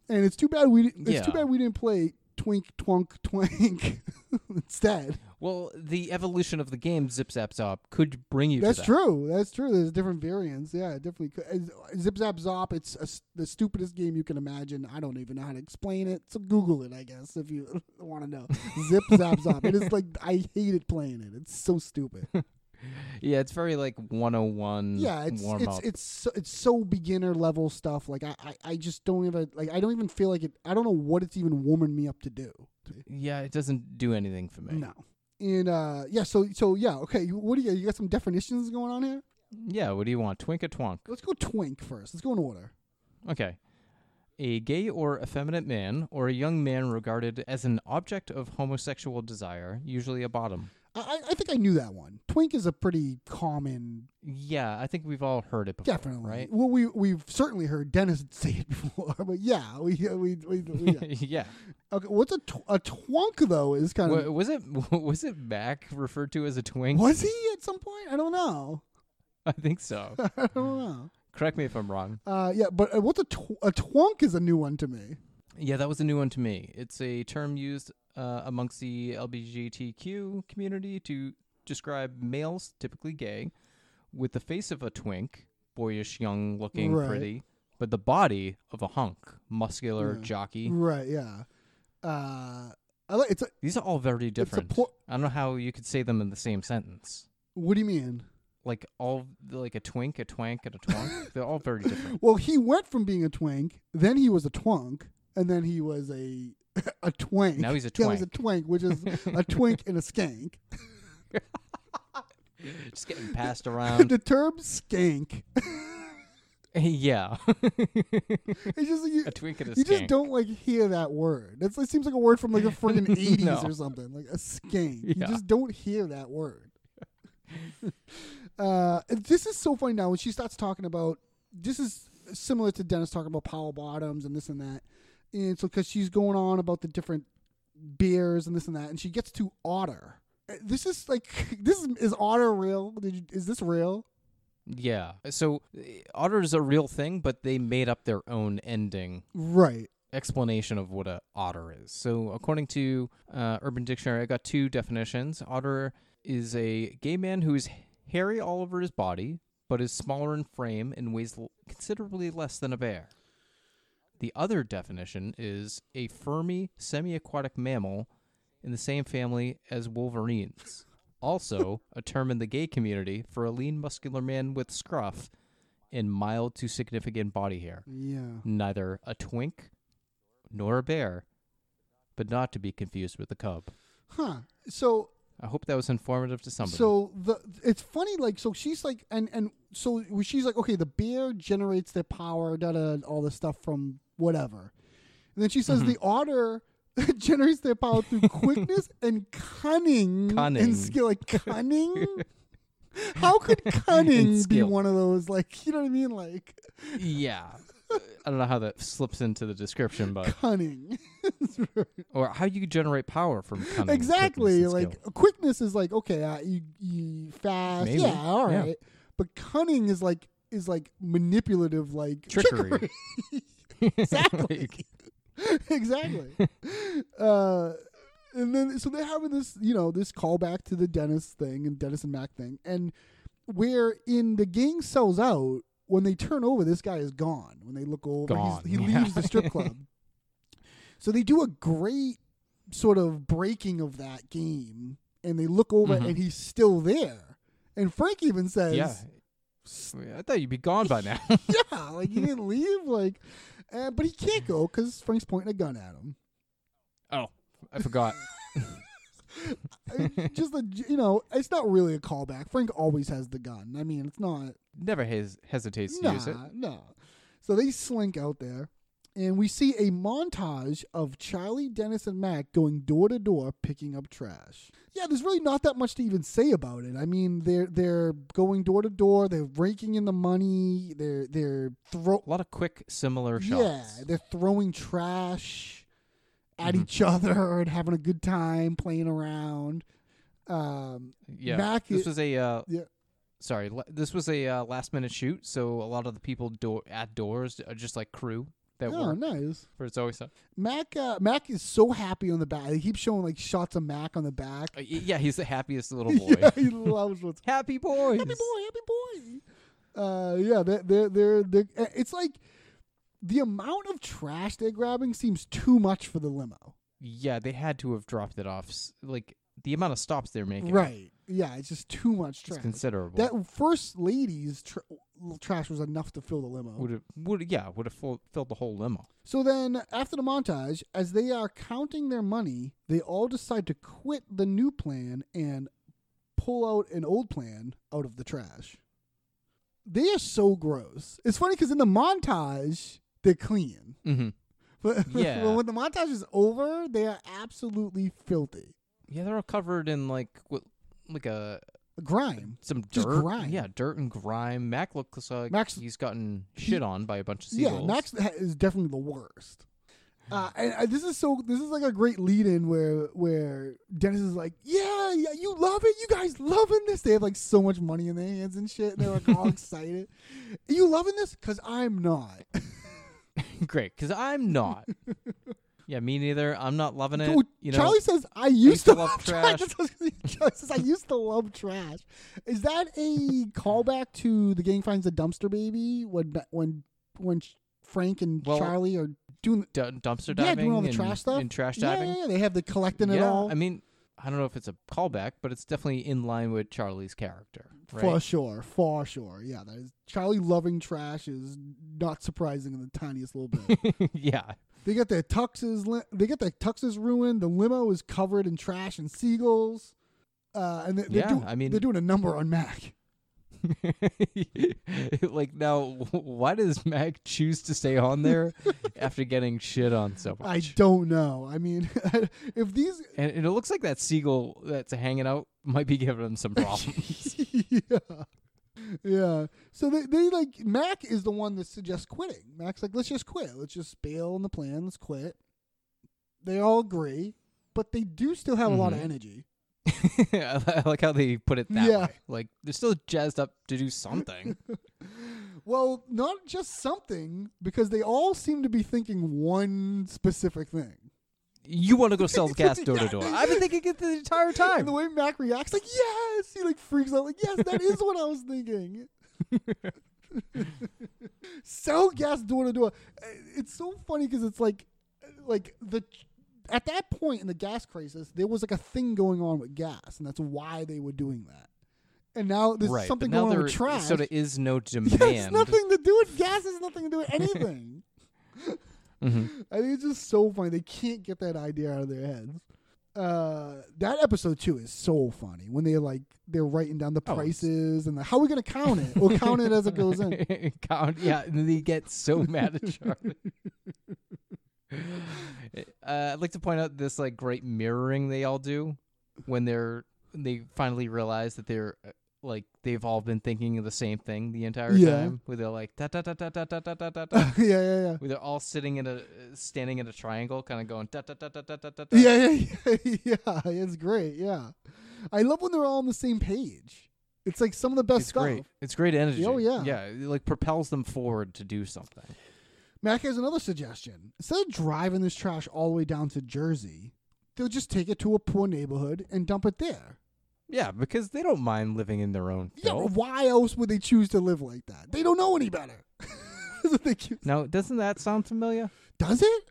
and it's too bad we didn't, it's too Yeah. bad we didn't play Twink Twunk Twank (laughs) instead. Well, the evolution of the game Zip Zap Zop could bring you. That's to that. true. That's true. There's different variants. Yeah, it definitely. Could. And Zip Zap Zop. It's a s the stupidest game you can imagine. I don't even know how to explain it. So Google it, I guess, if you (laughs) want to know. Zip Zap Zop. It is like I hated playing it. It's so (laughs) stupid. Yeah, it's very like 101 yeah, it's warm it's up. it's so, it's so beginner level stuff. Like I, I I just don't even like I don't even feel like it. I don't know what it's even warming me up to do. yeah, it doesn't do anything for me. No. And uh yeah, so so yeah, okay. you- What do you you got some definitions going on here? Yeah, what do you want? Twink a twonk. Let's go twink first. Let's go in order. Okay. A gay or effeminate man, or a young man regarded as an object of homosexual desire, usually a bottom. I, I I think I knew that one. Twink is a pretty common, Yeah, I think we've all heard it before. definitely. Right? Well, we we've certainly heard Dennis (laughs) say it before, but yeah, we we, we, we (laughs) yeah. (laughs) Um, yeah. okay. What's a tw- a twonk though? Is kind Wa- of was it (laughs) was it Mac referred to as a twink? was he at some point? I don't know. (laughs) I think (laughs) so. I don't know. Correct me if I'm wrong. Uh, yeah, but uh, what's a tw- a twonk is a new one to me. Yeah, that was a new one to me. It's a term used uh, amongst the LGBTQ community to describe males, typically gay, with the face of a twink, boyish, young looking, Right. pretty, but the body of a hunk, muscular, jockey. Right? Yeah. Uh, I like it's. A, These are all very different. por- I don't know how you could say them in the same sentence. what do you mean? Like all, like a twink, a twank, and a (laughs) twonk. They're all very different. Well, he went from being a twink, then he was a twunk, and then he was a (laughs) a twink. Now (laughs) he's a Yeah, he was a twink, which is (laughs) a twink and a skank. Just getting (laughs) passed around. the term skank. (laughs) yeah. (laughs) It's just you, A twink and a You just skank. don't like hear that word. It's, it seems like a word from (laughs) like the friggin' eighties No. or something, like a skank. You Yeah. just don't hear that word. (laughs) uh, and this is so funny now when she starts talking about. This is similar to Dennis talking about power bottoms and this and that, and so because she's going on about the different beers and this and that, and she gets to otter. Uh, This is like (laughs) this is, is otter real? Did you, is this real? Yeah. So eh, otter is a real thing, but they made up their own ending Right. explanation of what a otter is. So according to uh, Urban Dictionary, I got two definitions. Otter is a gay man who is hairy all over his body, but is smaller in frame and weighs l- considerably less than a bear. The other definition is a fermy semi-aquatic mammal in the same family as wolverines. Also, a term in the gay community for a lean, muscular man with scruff and mild to significant body hair Yeah. neither a twink nor a bear, but not to be confused with a cub. Huh. So I hope that was informative to somebody. So the it's funny, like so she's like and and so she's like, okay, the bear generates their power, da da, da, all this stuff from whatever, and then she Mm-hmm. says the otter (laughs) generates their power through (laughs) quickness and cunning, Cunning. and (laughs) skill, like cunning. How could cunning be skill. one of those? Like you know what I mean? Like yeah, I don't know how that slips into the description, (laughs) but cunning. or how you generate power from cunning. exactly. quickness, and Like skill. quickness is like okay, uh, you you fast, Maybe. yeah, all Yeah. right. But cunning is like is like manipulative, like (laughs) trickery. exactly. (laughs) exactly. Uh, and then so they're having this, you know, this callback to the Dennis thing and Dennis and Mac thing, and where in the gang sells out when they turn over, this guy is gone. When they look over, he's- Gone, he yeah. leaves (laughs) the strip club. So they do a great sort of breaking of that game, and they look over, and he's still there. And Frank even says, (laughs) Mm-hmm. yeah. I thought you'd be gone by now. (laughs) yeah, like he didn't (laughs) leave. Like, uh, but he can't go because Frank's pointing a gun at him. oh, I (laughs) forgot. I- Just the, you know, it's not really a callback. Frank always has the gun. I mean, it's not. Never hes- hesitates to Nah, use it. nah. So they slink out there, and we see a montage of Charlie, Dennis, and Mac going door to door picking up trash. Yeah, there's really not that much to even say about it. I mean, they're they're going door to door. They're raking in the money. They're they're throw A lot of quick, similar shots. Yeah, they're throwing trash at Mm-hmm. each other (laughs) and having a good time playing around. Um, Yeah. Mac this i- was a uh, yeah. sorry, la- this was a uh, last minute shoot, so a lot of the people do- at doors are just like crew that Oh, work nice. for It's Always Sunny. Mac uh, Mac is so happy on the back. They keep showing like shots of Mac on the back. Uh, y- yeah, he's the happiest little boy. (laughs) Yeah, he loves (laughs) what's Happy boys. happy boy, happy boy. Uh, yeah, they're, they're they're they're. uh, It's like the amount of trash they're grabbing seems too much for the limo. Yeah, they had to have dropped it off. s- Like the amount of stops they're making, Right. Yeah, it's just too much It's trash. considerable. That first lady's tr- trash was enough to fill the limo. would have would yeah would have full, filled the whole limo. So then, after the montage, as they are counting their money, they all decide to quit the new plan and pull out an old plan out of the trash. They are so gross. It's funny because in the montage, they're clean. (laughs) Mm-hmm. But Yeah. when the montage is over, they are absolutely filthy. Yeah, they're all covered in like what, like a Grime. some dirt. Just grime. Yeah, dirt and grime. Mac looks like Max- he's gotten shit on by a bunch of seagulls. Yeah, Max ha- is definitely the worst. Uh, and uh, this is so. This is like a great lead-in where where Dennis is like, "Yeah, yeah, you love it. You guys loving this? They have like so much money in their hands and shit, and they're (laughs) like all excited. You loving this? Cause I'm not. Great, because I'm (laughs) not. yeah, me neither. I'm not loving it. Dude, you know, Charlie says, "I used, to to, love love (laughs) trash." trash. Charlie says, "I used to love trash." Is that a callback to the gang finds the dumpster baby when when when Frank and Well, Charlie are doing d- dumpster diving. yeah, doing all the and, trash stuff and trash Yeah, diving. Yeah, yeah, they have the collecting it Yeah, all I mean, I don't know if it's a callback, but it's definitely in line with Charlie's character. Right? for sure, for sure. Yeah, that is Charlie loving trash is not surprising in the tiniest little bit. (laughs) (laughs) yeah. they got their tuxes, li- they got their tuxes ruined. The limo is covered in trash and seagulls. Uh, and they, they're Yeah, doing, I mean- they're doing a number on Mac. like now, why does Mac choose to stay on (laughs) there after getting shit on so much? I don't know. I mean, (laughs) if these, and and it looks like that seagull that's hanging out might be giving him (laughs) some problems. (laughs) yeah, yeah. So they, they like Mac is the one that suggests quitting. Mac's like, let's just quit. Let's just bail on the plan. Let's quit. They all agree, but they do still have a lot of energy. I li- I like how they put it that Yeah. way. Like they're still jazzed up to do something. Well, not just something because they all seem to be thinking one specific thing. you want to go sell gas door to Yeah. door? I've been thinking it the entire And the time. way Mac reacts, like yes, he like freaks out, like yes, that is what I was (laughs) thinking. Sell gas door to door. Uh, It's so funny because it's like, uh, like the at that point in the gas crisis, there was like a thing going on with gas, and that's why they were doing that. And now there's Right, something but now going on there with trash. so there is (laughs) no Yeah, demand. it's nothing to do with gas. Has nothing to do with anything. (laughs) (laughs) Mm-hmm. I think it's just so funny. They can't get that idea out of their heads. Uh, that episode too is so funny when they're like they're writing down the Oh, it's- prices and the, how are we gonna count it? We'll count it as it (laughs) goes in. (laughs) Count, yeah, and then he gets so mad at Charlie. (laughs) uh, I'd like to point out this like great mirroring they all do when they're they finally realize that they're uh, like they've all been thinking of the same thing the entire Yeah. time. Where they're like da da da da da da da da da. (laughs) da. yeah, yeah, yeah. Where they're all sitting in a uh, standing in a triangle, kind of going da da da da da da da. da. Yeah, yeah, (laughs) yeah, yeah. It's great. Yeah, I love when they're all on the same page. It's like some of the best It's stuff. great. It's great energy. Oh, yeah. yeah. It like propels them forward to do something. Mac has another suggestion. Instead of driving this trash all the way down to Jersey, they'll just take it to a poor neighborhood and dump it there. Yeah, because they don't mind living in their own Yeah, filth. why else would they choose to live like that? They don't know any better. (laughs) That's what they keep- Now, doesn't that sound familiar? Does it?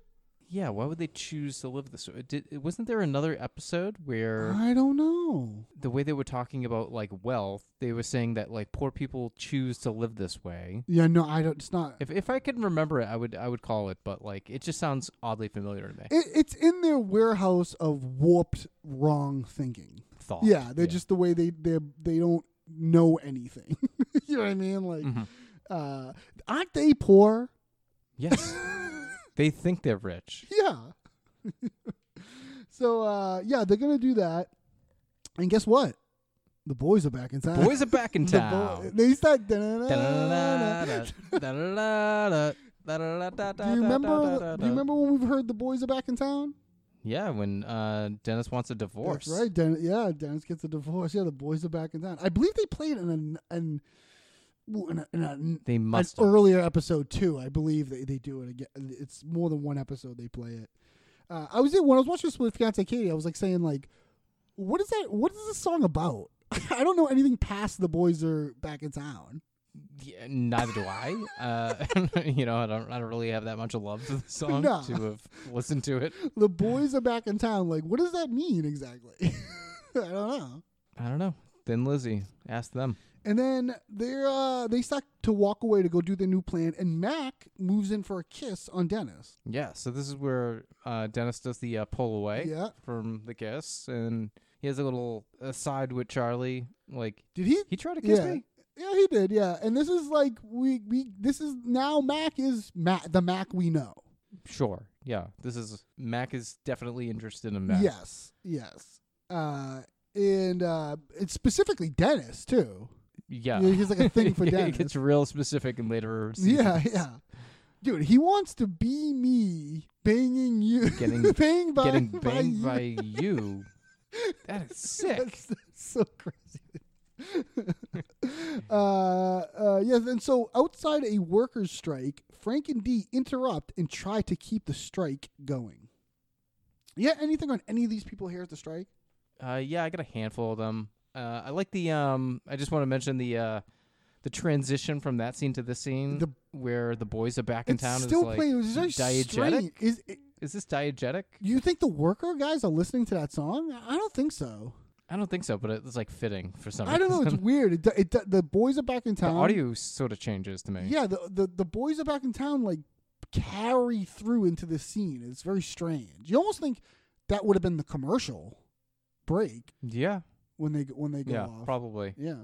Yeah, why would they choose to live this way? Did, wasn't there another episode where I don't know. the way they were talking about like wealth, they were saying that like poor people choose to live this way. Yeah, no, I don't. It's not. If if I could remember it, I would I would call it, but like it just sounds oddly familiar to me. It, it's in their warehouse of warped, wrong thinking. Thought. Yeah, they're just the way they they they don't know anything. (laughs) you know what I mean? Like, uh, aren't they poor? (laughs) Yes. they think they're rich. Yeah. (laughs) so uh, yeah, they're gonna do that, and guess what? The boys are back in town. Boys are back in The (laughs) bo- town. they start. Da-da-da-da-da, Do da-da-da-da, da-da-da-da-da, you remember? da-da-da-da. Do you remember when we've heard the boys are back in town? Yeah, when uh, Dennis wants a divorce. That's right. Den- yeah, Dennis gets a divorce. Yeah, the boys are back in town. I believe they played in an an, ooh, in a, in a, They must an have. earlier episode too. I believe they, they do it again. It's more than one episode they play it. Uh, I was when I was watching this with fiance Katie. I was like saying like, what is that? What is this song about? (laughs) I don't know anything past the boys are back in town. Yeah, neither do I. Uh, you know, I don't. I don't really have that much love for the song No. to have listened to it. The boys are back in town. Like, what does that mean exactly? (laughs) I don't know. I don't know. Then Lizzie asked them. And then they uh they start to walk away to go do their new plan, and Mac moves in for a kiss on Dennis. Yeah, so this is where uh, Dennis does the uh, pull away Yeah. from the kiss, and he has a little aside with Charlie. Like, Did he? he tried to kiss yeah. me? Yeah, he did. Yeah, and this is like we we this is now Mac is Mac the Mac we know. Sure. Yeah. This is Mac is definitely interested in Mac. Yes, yes. Uh, and uh, it's specifically Dennis too. Yeah. Yeah, he's like a thing (laughs) for it Dennis. gets real specific in later. (laughs) Yeah, seasons. yeah. Dude, he wants to be me banging you, (laughs) Getting- banged by, Getting by banged you. (laughs) by you. That is sick. That's, (laughs) that's so crazy. (laughs) uh, uh, yes, and so outside a workers' strike, Frank and Dee interrupt and try to keep the strike going. Yeah, anything on any of these people here at the strike? Uh, yeah, I got a handful of them. Uh, I like the um. I just want to mention the uh, the transition from that scene to this scene The- where the boys are back in It's town. still is like playing. It was very diegetic. strange. Is it, Is this diegetic? you think the worker guys are listening to that song? I don't think so. I don't think so, but it's like fitting for some. I don't know. (laughs) It's reason. weird. It, do- it, do- the boys are back in the town. audio sort of changes to me. Yeah, the, the the boys are back in town. Like carry through into this scene. It's very strange. You almost think that would have been the commercial break Yeah. when they when they go Yeah. off. Probably. Um, Yeah.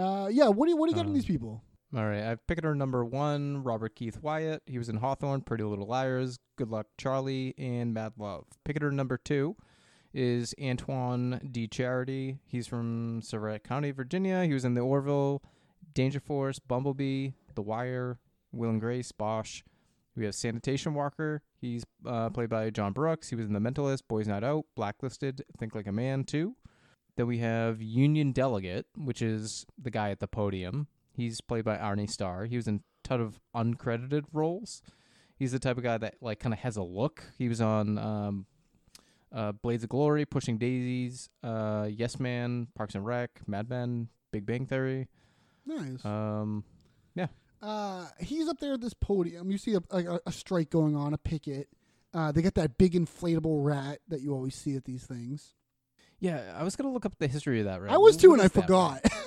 Uh, yeah. What do you what do you got on these people? All right. I picked her number one, Robert Keith Wyatt. He was in Hawthorne, Pretty Little Liars, Good Luck Charlie, and Mad Love. Picked her number two is Antoine D. Charity. He's from Surratt County, Virginia. He was in The Orville, Danger Force, Bumblebee, The Wire, Will and Grace, Bosch. We have Sanitation Walker. He's uh, played by John Brooks. He was in The Mentalist, Boys Not Out, Blacklisted, Think Like a Man, too. Then we have Union Delegate, which is the guy at the podium. He's played by Arnie Starr. He was in a ton of uncredited roles. He's the type of guy that like kind of has a look. He was on um, uh, Blades of Glory, Pushing Daisies, uh, Yes Man, Parks and Rec, Mad Men, Big Bang Theory. Nice. Uh, Um, yeah, he's up there at this podium. You see a like a, a strike going on, a picket. Uh, they got that big inflatable rat that you always see at these things. yeah. I was gonna look up the history of that. Right, I was too, What and I is that forgot. I- (laughs)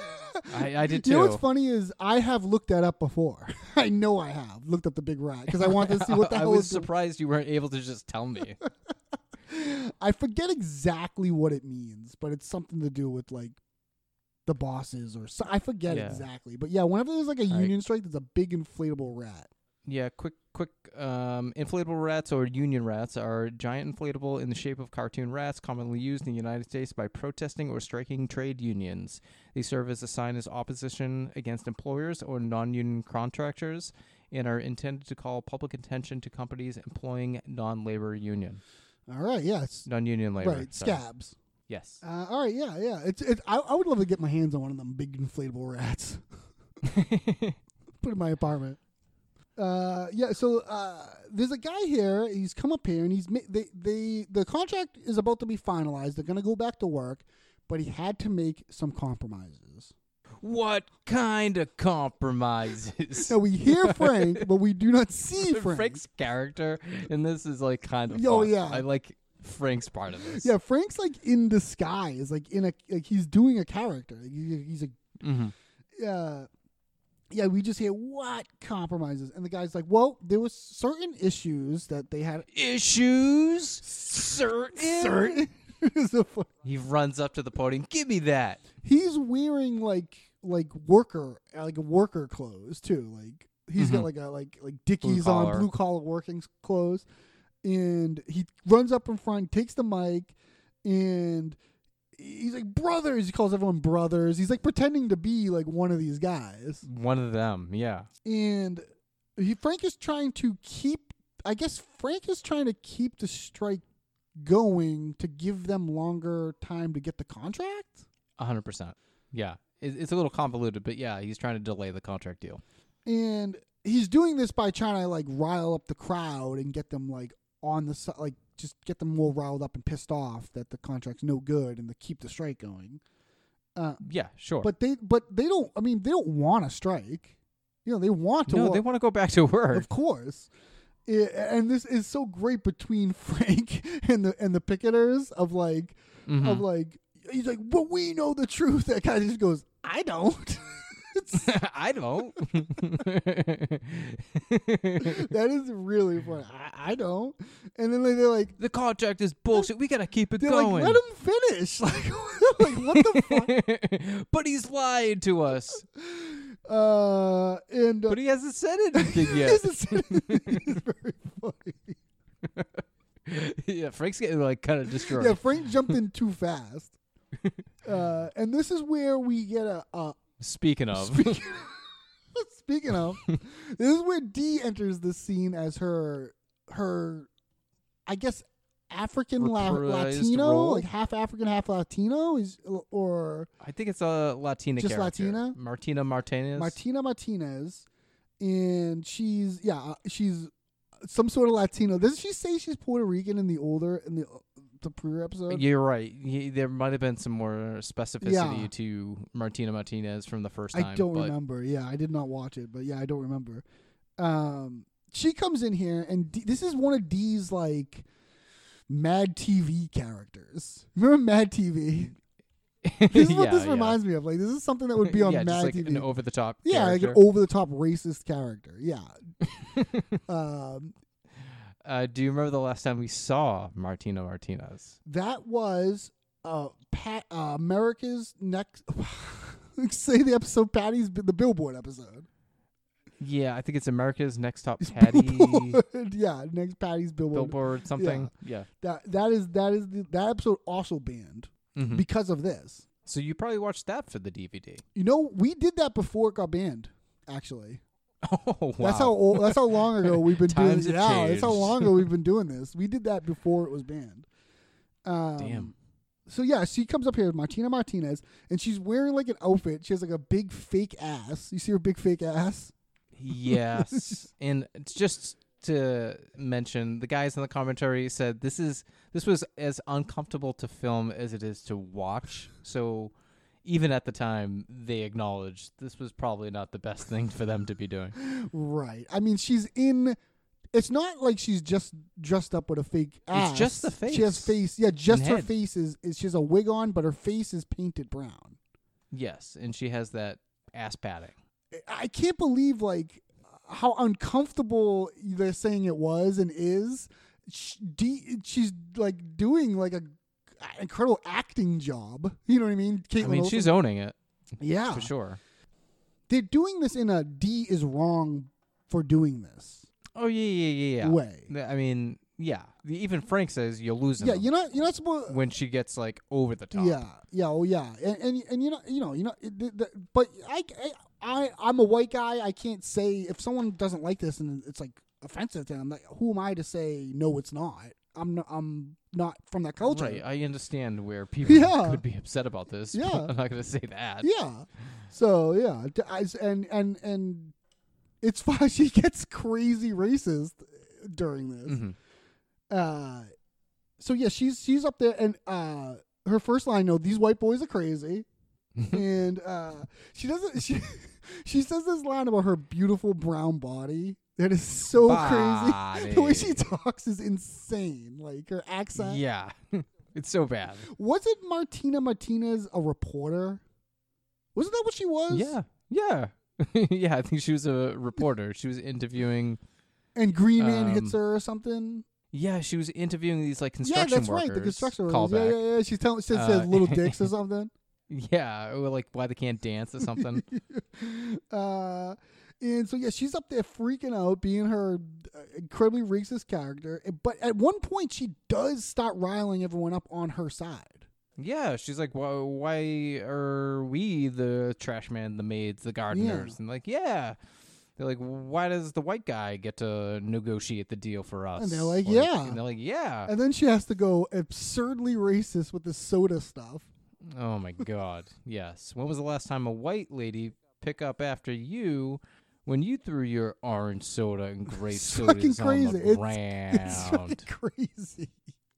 I did You know what's too. funny is I have looked that up before. (laughs) I know I have looked up the big rat because I wanted to see one? (laughs) what the I hell was is going- surprised you weren't able to just tell me. (laughs) I forget exactly what it means, but it's something to do with like the bosses or so. I forget Yeah. exactly, but yeah, whenever there's like a I- union strike, there's a big inflatable rat. Yeah, quick, quick. Um, inflatable rats or union rats are giant inflatable in the shape of cartoon rats, commonly used in the United States by protesting or striking trade unions. They serve as a sign as opposition against employers or non-union contractors, and are intended to call public attention to companies employing non-labor union, All right, yes, non-union labor. right, sorry. scabs. Yes. Uh, all right, yeah, yeah. It's, it's I, I would love to get my hands on one of them big inflatable rats. Put it in my apartment. Uh, yeah. So uh, there's a guy here. He's come up here, and he's ma- they they the contract is about to be finalized. They're gonna go back to work, but he had to make some compromises. what kind of (laughs) compromises? So we hear Frank, but we do not see Frank. Frank's character in this is like kind of. Oh, fun. yeah. I like Frank's part of this. yeah, Frank's like in disguise, like in a like he's doing a character. Like, he- he's a Mm-hmm. uh, yeah, we just hear what compromises, and the guy's like, "Well, there was certain issues that they had." issues. (laughs) Certain. (laughs) It's so funny. (laughs) He runs up to the podium. Give me that. he's wearing like like worker like worker clothes too. Like he's got like a like like Mm-hmm. Dickies on collar. blue collar working s- clothes, and he runs up in front, takes the mic, and he's like brothers. He calls everyone brothers. He's like pretending to be like one of these guys. One of them. Yeah. and he, Frank is trying to keep. I guess Frank is trying to keep the strike going to give them longer time to get the contract? A hundred percent. Yeah, it, it's a little convoluted, but yeah, he's trying to delay the contract deal. And he's doing this by trying to like rile up the crowd and get them like on the side, like just get them more riled up and pissed off that the contract's no good and to keep the strike going. Yeah, sure. But they, but they don't. I mean, they don't want to strike. You know, they want to. no, work. they want to go back to work. Of course. I- and this is so great between (laughs) Frank and the and the picketers of like Mm-hmm. of like he's like, well, we know the truth. (laughs) That guy just goes, I don't. (laughs) It's- (laughs) I don't. (laughs) that is really funny. I, I don't. And then like, they're like, the contract is bullshit. We gotta keep it they're going. like, let him finish. (laughs) Like, like what the fuck? (laughs) but he's lied to us. (laughs) Uh, and uh, (laughs) But he hasn't (laughs) said anything yet. this is it's very funny. yeah, Frank's getting like kind of destroyed. Yeah, Frank jumped in (laughs) too fast. Uh, and this is where we get a, a Speaking of, (laughs) Speaking of, this is where Dee enters the scene as her her, I guess, African la- Reprised Latino, role? like half African, half Latino, is or I think it's a Latina Just character. Latina? Martina Martinez. Martina Martinez, and she's yeah uh, she's some sort of Latino. Doesn't she say she's Puerto Rican in the older in the the prior episode? You're right. Y- There might have been some more specificity Yeah. to Martina Martinez from the first time. I don't but (laughs) remember. Yeah, I did not watch it, but yeah, I don't remember. Um, she comes in here, and D- this is one of Dee's like Mad TV characters. Remember Mad TV? (laughs) This is what Yeah, this yeah. reminds me of. Like, this is something that (laughs) would be on yeah, Mad just like TV. an over the top. yeah, like an character. over the top racist character. (laughs) Yeah. um, uh, do you remember the last time we saw Martina Martinez? that was uh, Pat uh, America's next. (laughs) say the episode Patty's the Billboard episode. Yeah, I think it's America's Next Top Patty (laughs) yeah, next Patty's Billboard something. Yeah. That that is that is the, that episode also banned Mm-hmm. because of this. So you probably watched that for the DVD. You know, we did that before it got banned. Actually, (laughs) Oh wow. that's how old, that's how long ago we've (laughs) been doing. Times have yeah, that's how changed. long (laughs) ago we've been doing this. We did that before it was banned. Um, Damn. So yeah, she comes up here, Martina Martinez, and she's wearing like an outfit. She has like a big fake ass. You see her big fake ass. (laughs) Yes. and it's just to mention, the guys in the commentary said this is this was as uncomfortable to film as it is to watch. So even at the time, they acknowledged this was probably not the best thing for them to be (laughs) doing. Right. I mean, she's in. It's not like she's just dressed up with a fake ass. just the She has face face. Yeah, just and her head. face is, is. She has a wig on, but her face is painted brown. Yes, and she has that ass padding. I- I can't believe like how uncomfortable they're saying it was and is. She, D, she's like doing like a incredible acting job. You know what I mean? I Caitlin mean, Olsen. she's owning it yeah for sure. They're doing this in a D is wrong for doing this. Oh yeah, yeah, yeah, yeah. Way. Th- I mean, yeah. The- Even Frank says you're losing. Yeah, them you're not you're not supposed. when she gets like over the top. Yeah, yeah, oh yeah, and and, and you know, you know, you know, it, the, the, but I, I, I, am a white guy. I can't say if someone doesn't like this and it's like offensive to them. Like, who am I to say no? It's not. I'm not. I'm not from that culture. Right, I understand (laughs) where people Yeah. could be upset about this. (laughs) but Yeah. I'm not going to say that. yeah. So yeah, d- I s- and and and it's (laughs) why she gets crazy racist during this. Mm-hmm. (laughs) Uh, so yeah, she's she's up there, and uh, her first line, "No, these white boys are crazy," (laughs) and uh, she doesn't. She (laughs) she says this line about her beautiful brown body. That is so crazy. (laughs) The way she talks is insane. Like her accent. Yeah. (laughs) it's so bad. Wasn't Martina Martinez a reporter? Wasn't that what she was? Yeah. Yeah. (laughs) yeah, I think she was a reporter. She was interviewing And Green Man Um, hits her or something. Yeah, she was interviewing these like Yeah, construction that's workers. right. The construction workers. Yeah, callback. yeah, yeah. She's telling she says Uh, little (laughs) dicks or something. Yeah, or like why they can't dance or (laughs) something. Uh, and so yeah, she's up there freaking out, being her uh, incredibly racist character. And- But at one point, she does start riling everyone up on her side. yeah, she's like why, why are we the trash man, the maids, the gardeners? And like, yeah. They're like, why does the white guy get to negotiate the deal for us? And they're like, "Yeah." And they're like, yeah. And then she has to go absurdly racist with the soda stuff. (laughs) Oh my God. Yes. When was the last time a white lady pick up after you when you threw your orange soda and grape It's sodas fucking on crazy. the It's, ground? it's fucking crazy.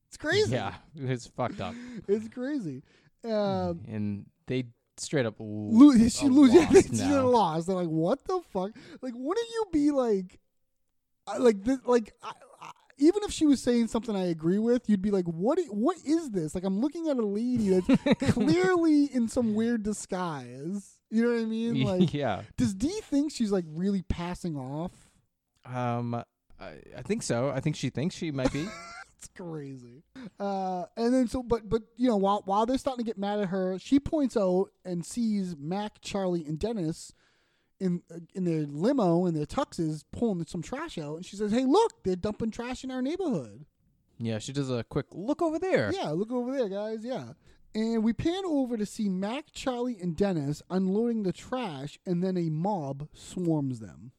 It's crazy. yeah, it's fucked up. It's crazy. Um, And they straight up lo- (laughs) lose. she lose. Yeah, lost she now. lost. They're like, what the fuck? Like, wouldn't you be like, I- like this? Like, I, I, even if she was saying something I agree with, you'd be like, what? i- What is this? Like, I'm looking at a lady (laughs) that's clearly in some weird disguise. You know what I mean? Like, (laughs) yeah. does D think she's like really passing off? Um, I, I think so. I think she thinks she might (laughs) be. It's crazy. Uh, and then so, but but you know, while while they're starting to get mad at her, she points out and sees Mac, Charlie, and Dennis in uh, in their limo and their tuxes pulling some trash out, and she says, "Hey, look, they're dumping trash in our neighborhood. yeah, she does a quick look over there. Yeah, look over there, guys. Yeah." And we pan over to see Mac, Charlie, and Dennis unloading the trash, and then a mob swarms them.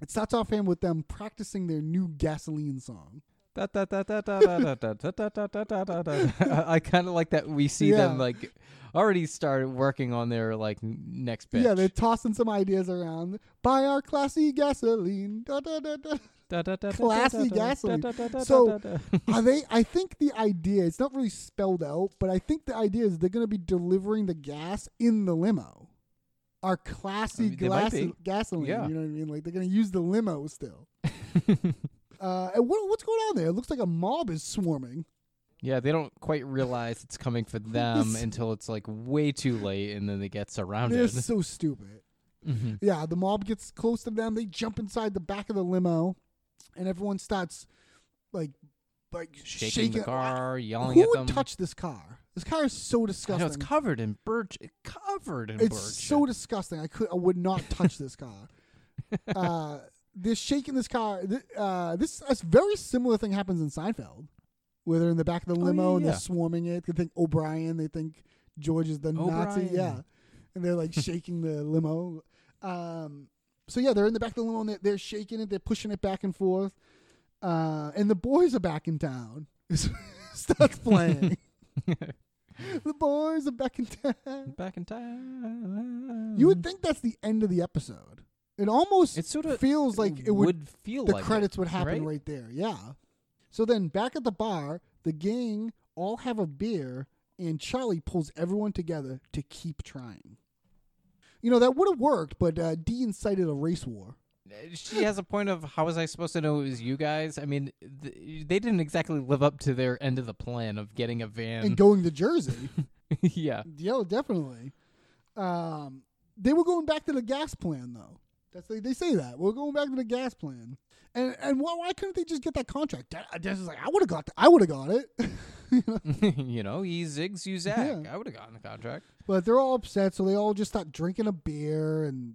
It starts off in with them practicing their new gasoline song. Da, da, da, da, da, da, da, da, da, da, da, da, da, da. I kind of like that we see Yeah. them like already started working on their like n- next pitch. Yeah, they're tossing some ideas around. Buy our classy gasoline. Da, da, da, da. Da, da, da, da, da, da, Classy da, gasoline. da, da, da, da, da, So da. are they? I think the idea. It's not really spelled out, but I think the idea is they're going to be delivering the gas in the limo. Our classy I mean, they might glass- be. gasoline. Yeah. You know what I mean? Like they're going to use the limo (laughs) still. uh, and what, what's going on there? It looks like a mob is swarming. yeah, they don't quite realize it's coming for them until it's like way too late, and then they get They're surrounded. so stupid. Mm-hmm. Yeah, the mob gets close to them. They jump inside the back of the limo, and everyone starts like, like Shaking, shaking the car, yelling Who at would them. touch this car? This car is so I disgusting. know it's covered in birch. Covered in It's birch. so disgusting. I could, I would not touch (laughs) this car. uh, they're shaking this car. Th- Uh, this a very similar thing happens in Seinfeld, where they're in the back of the yeah, limo and Oh, yeah. they're swarming it. They think O'Brien. They think George is the Nazi. O'Brien. Yeah, and they're like shaking the limo. Um, so yeah, they're in the back of the limo and they're, they're shaking it. They're pushing it back and forth. Uh, and the boys are back in town. (laughs) (laughs) Starts playing. the boys are back in town. back in time. You would think that's the end of the episode. It almost Mm. It sorta feels like it would, feel the like it, credits would happen right? right? there. Yeah. So then back at the bar, the gang all have a beer and Charlie pulls everyone together to keep trying. You know, that would have worked, but uh, D incited a race war. she has a point of how was I supposed to know it was you guys? I mean, th- they didn't exactly live up to their end of the plan of getting a van. And going to Jersey. (laughs) yeah, (laughs) Yeah, definitely. Um, they were going back to the gas plan though. That's they, they say that we're going back to the gas plan. And and why, why couldn't they just get that contract? Den- Dennis is like, I would have got, th- I would have got it. (laughs) You Mm. know? you know, he zigs, you zag. Yeah. I would have gotten the contract. but they're all upset, so they all just start drinking a beer and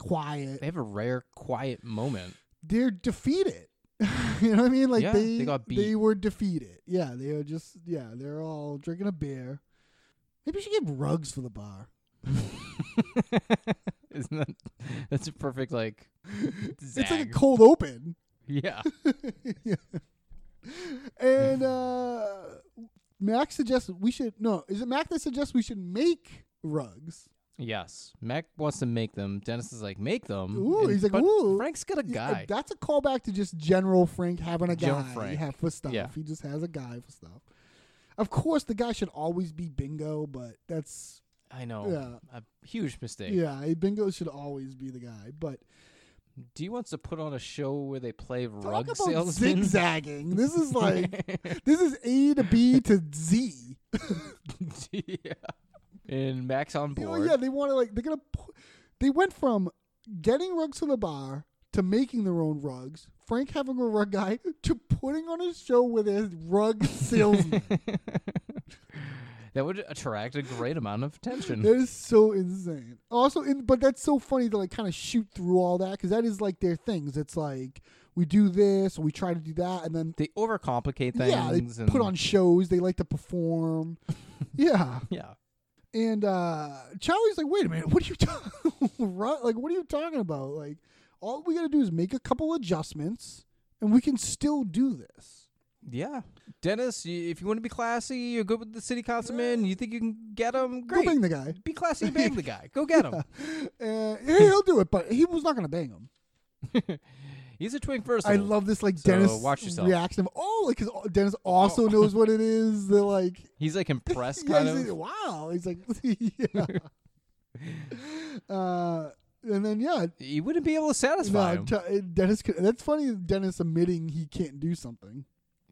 quiet. They have a rare quiet moment. (laughs) They're defeated. (laughs) you know what I mean? Like Yeah, they they got beat. they were defeated. Yeah, they are just yeah. They're all drinking a beer. Maybe she gave rugs for the bar. Isn't that that's a perfect like zag? It's like a cold open. (laughs) yeah, And uh Mac suggests we should no, is it Mac that suggests we should make rugs? yes. Mac wants to make them. Dennis is like, make them. Ooh, And- he's like, but ooh. Frank's got a Yeah, guy. that's a callback to just General Frank having a General guy Frank. ha- for stuff. Yeah. He just has a guy for stuff. Of course the guy should always be bingo, but that's I know. Yeah. A huge mistake. yeah, bingo should always be the guy. But Do you want to put on a show where they play talk rug about salesmen? zigzagging. This (laughs) is like this is A to B to Z. (laughs) yeah. And Max on Oh board. yeah, they want to like they're gonna. Pu- they went from getting rugs from the bar to making their own rugs. Frank having a rug guy to putting on a show with a (laughs) rug salesman. That would attract a great amount of that attention. is so insane. Also, in, but that's so funny to like kind of shoot through all that because that is like their things. It's like we do this, we try to do that, and then They overcomplicate things. yeah, they and, put on shows. They like (laughs) to perform. yeah, Yeah. (laughs) And uh Charlie's like, wait a minute, what are you talking? like, what are you talking about? Like, All we got to do is make a couple adjustments, and we can still do this. Yeah, Dennis, y- if you want to be classy, you're good with the city councilman. You think you can get him? Go Great. bang the guy. Be (laughs) classy and bang the guy. Go get him. Uh, yeah, he'll do it, but he was not going to bang him. He's a twin first. I love this, like So, Dennis watch yourself. reaction of oh, like because Dennis also knows what it is. They're like, (laughs) He's (laughs) like impressed, yeah, kind he's of. like, wow. (laughs) He's like, (laughs) yeah. uh, and then yeah, You wouldn't be able to satisfy no, him. t- Dennis. Could, that's funny. Dennis admitting he can't do something.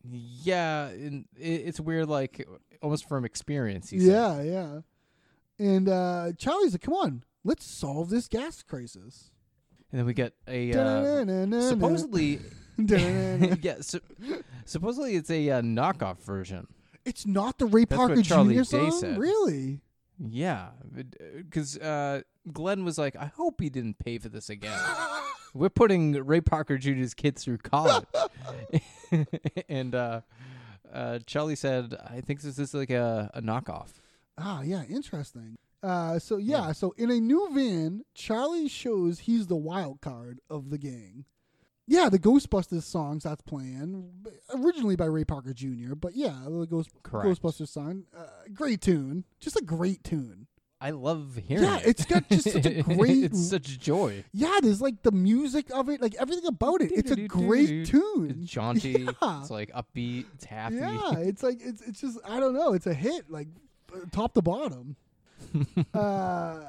yeah, and it, it's weird, like almost from experience. He said. Yeah, yeah. And uh, Charlie's like, come on, let's solve this gas crisis. and then we get a uh, Da-na-na-na-na. (laughs) supposedly. (laughs) Da-na-na-na. yeah, su- supposedly it's a uh, knockoff version. it's not the Ray That's Parker what Charlie Jr. Day song, said. really. Yeah, because uh, Glenn was like, "I hope he didn't pay for this (laughs) again." We're putting Ray Parker Jr.'s kid through college, (laughs) and uh, uh, Charlie said, "I think this is like a, a knockoff." Ah, yeah, interesting. Uh, so yeah, so in a new van, Charlie shows he's the wild card of the gang. Yeah, the Ghostbusters song starts playing, b- originally by Ray Parker Jr. But yeah, the Ghost Correct. Ghostbusters song, uh, great tune, just a great tune. I love hearing. Yeah, it. it's got just such a (laughs) great- it's such joy. Yeah, there's like the music of it, like everything about it. It's a great tune. It's (laughs) jaunty. Yeah. It's like upbeat. It's happy. Yeah, (laughs) it's like it's it's just I don't know. It's a hit, like uh, top (laughs) to bottom. uh,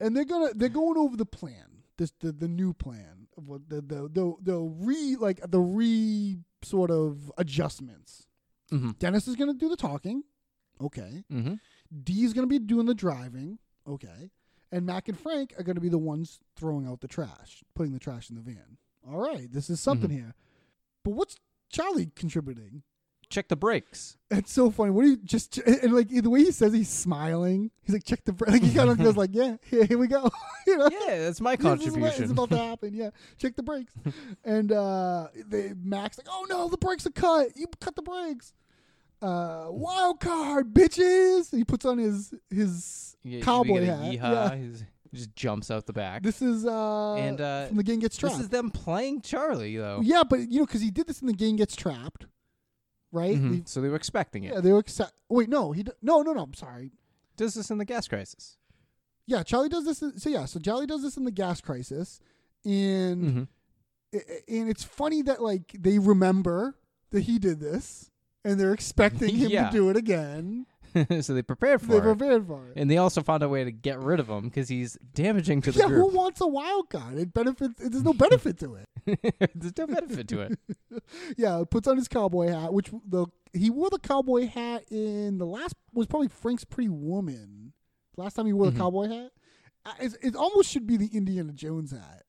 and they're gonna they're going over the plan, this the, the new plan of what the the the the re like the re sort of adjustments. Mhm. Dennis is gonna do the talking, okay. Mhm. Dee's gonna be doing the driving, okay. And Mac and Frank are gonna be the ones throwing out the trash, putting the trash in the van. All right, this is something here. But what's Charlie contributing? (laughs) Check the brakes. It's so funny. What do you just and like the way he says he's smiling? He's like check the bra-" like he kind of goes like yeah (laughs) here, here we go. you know? Yeah, that's my This is what is contribution. about to happen. Yeah, check the brakes. and uh they Max like oh no the brakes are cut. You cut the brakes. Uh, wild card bitches. He puts on his his Yeah, we cowboy get a hat. Yeehaw. Yeah. He's- Just jumps out the back. This is uh and uh, from the gang gets trapped. This is them playing Charlie though. yeah, but you know because he did this in the gang gets trapped, right? Mhm. He- So they were expecting it. yeah, they were except. Wait, no, he d- no no no. I'm sorry. Does this in the gas crisis? yeah, Charlie does this. in- so yeah, so Charlie does this in the gas crisis, Mm-hmm. and i- i- and it's funny that like they remember that he did this, and they're (laughs) expecting him Yeah. to do it again. (laughs) so they prepared for They it, prepared for it. and they also found a way to get rid of him because he's damaging to the yeah, who group. wants a wild card? It benefits. It, there's no benefit to it. (laughs) (laughs) There's no benefit to it. Yeah, puts on his cowboy hat, which the he wore the cowboy hat in the last was probably Frank's Pretty Woman. Last time he wore the Mm-hmm. cowboy hat, Uh, it's, it almost should be the Indiana Jones hat.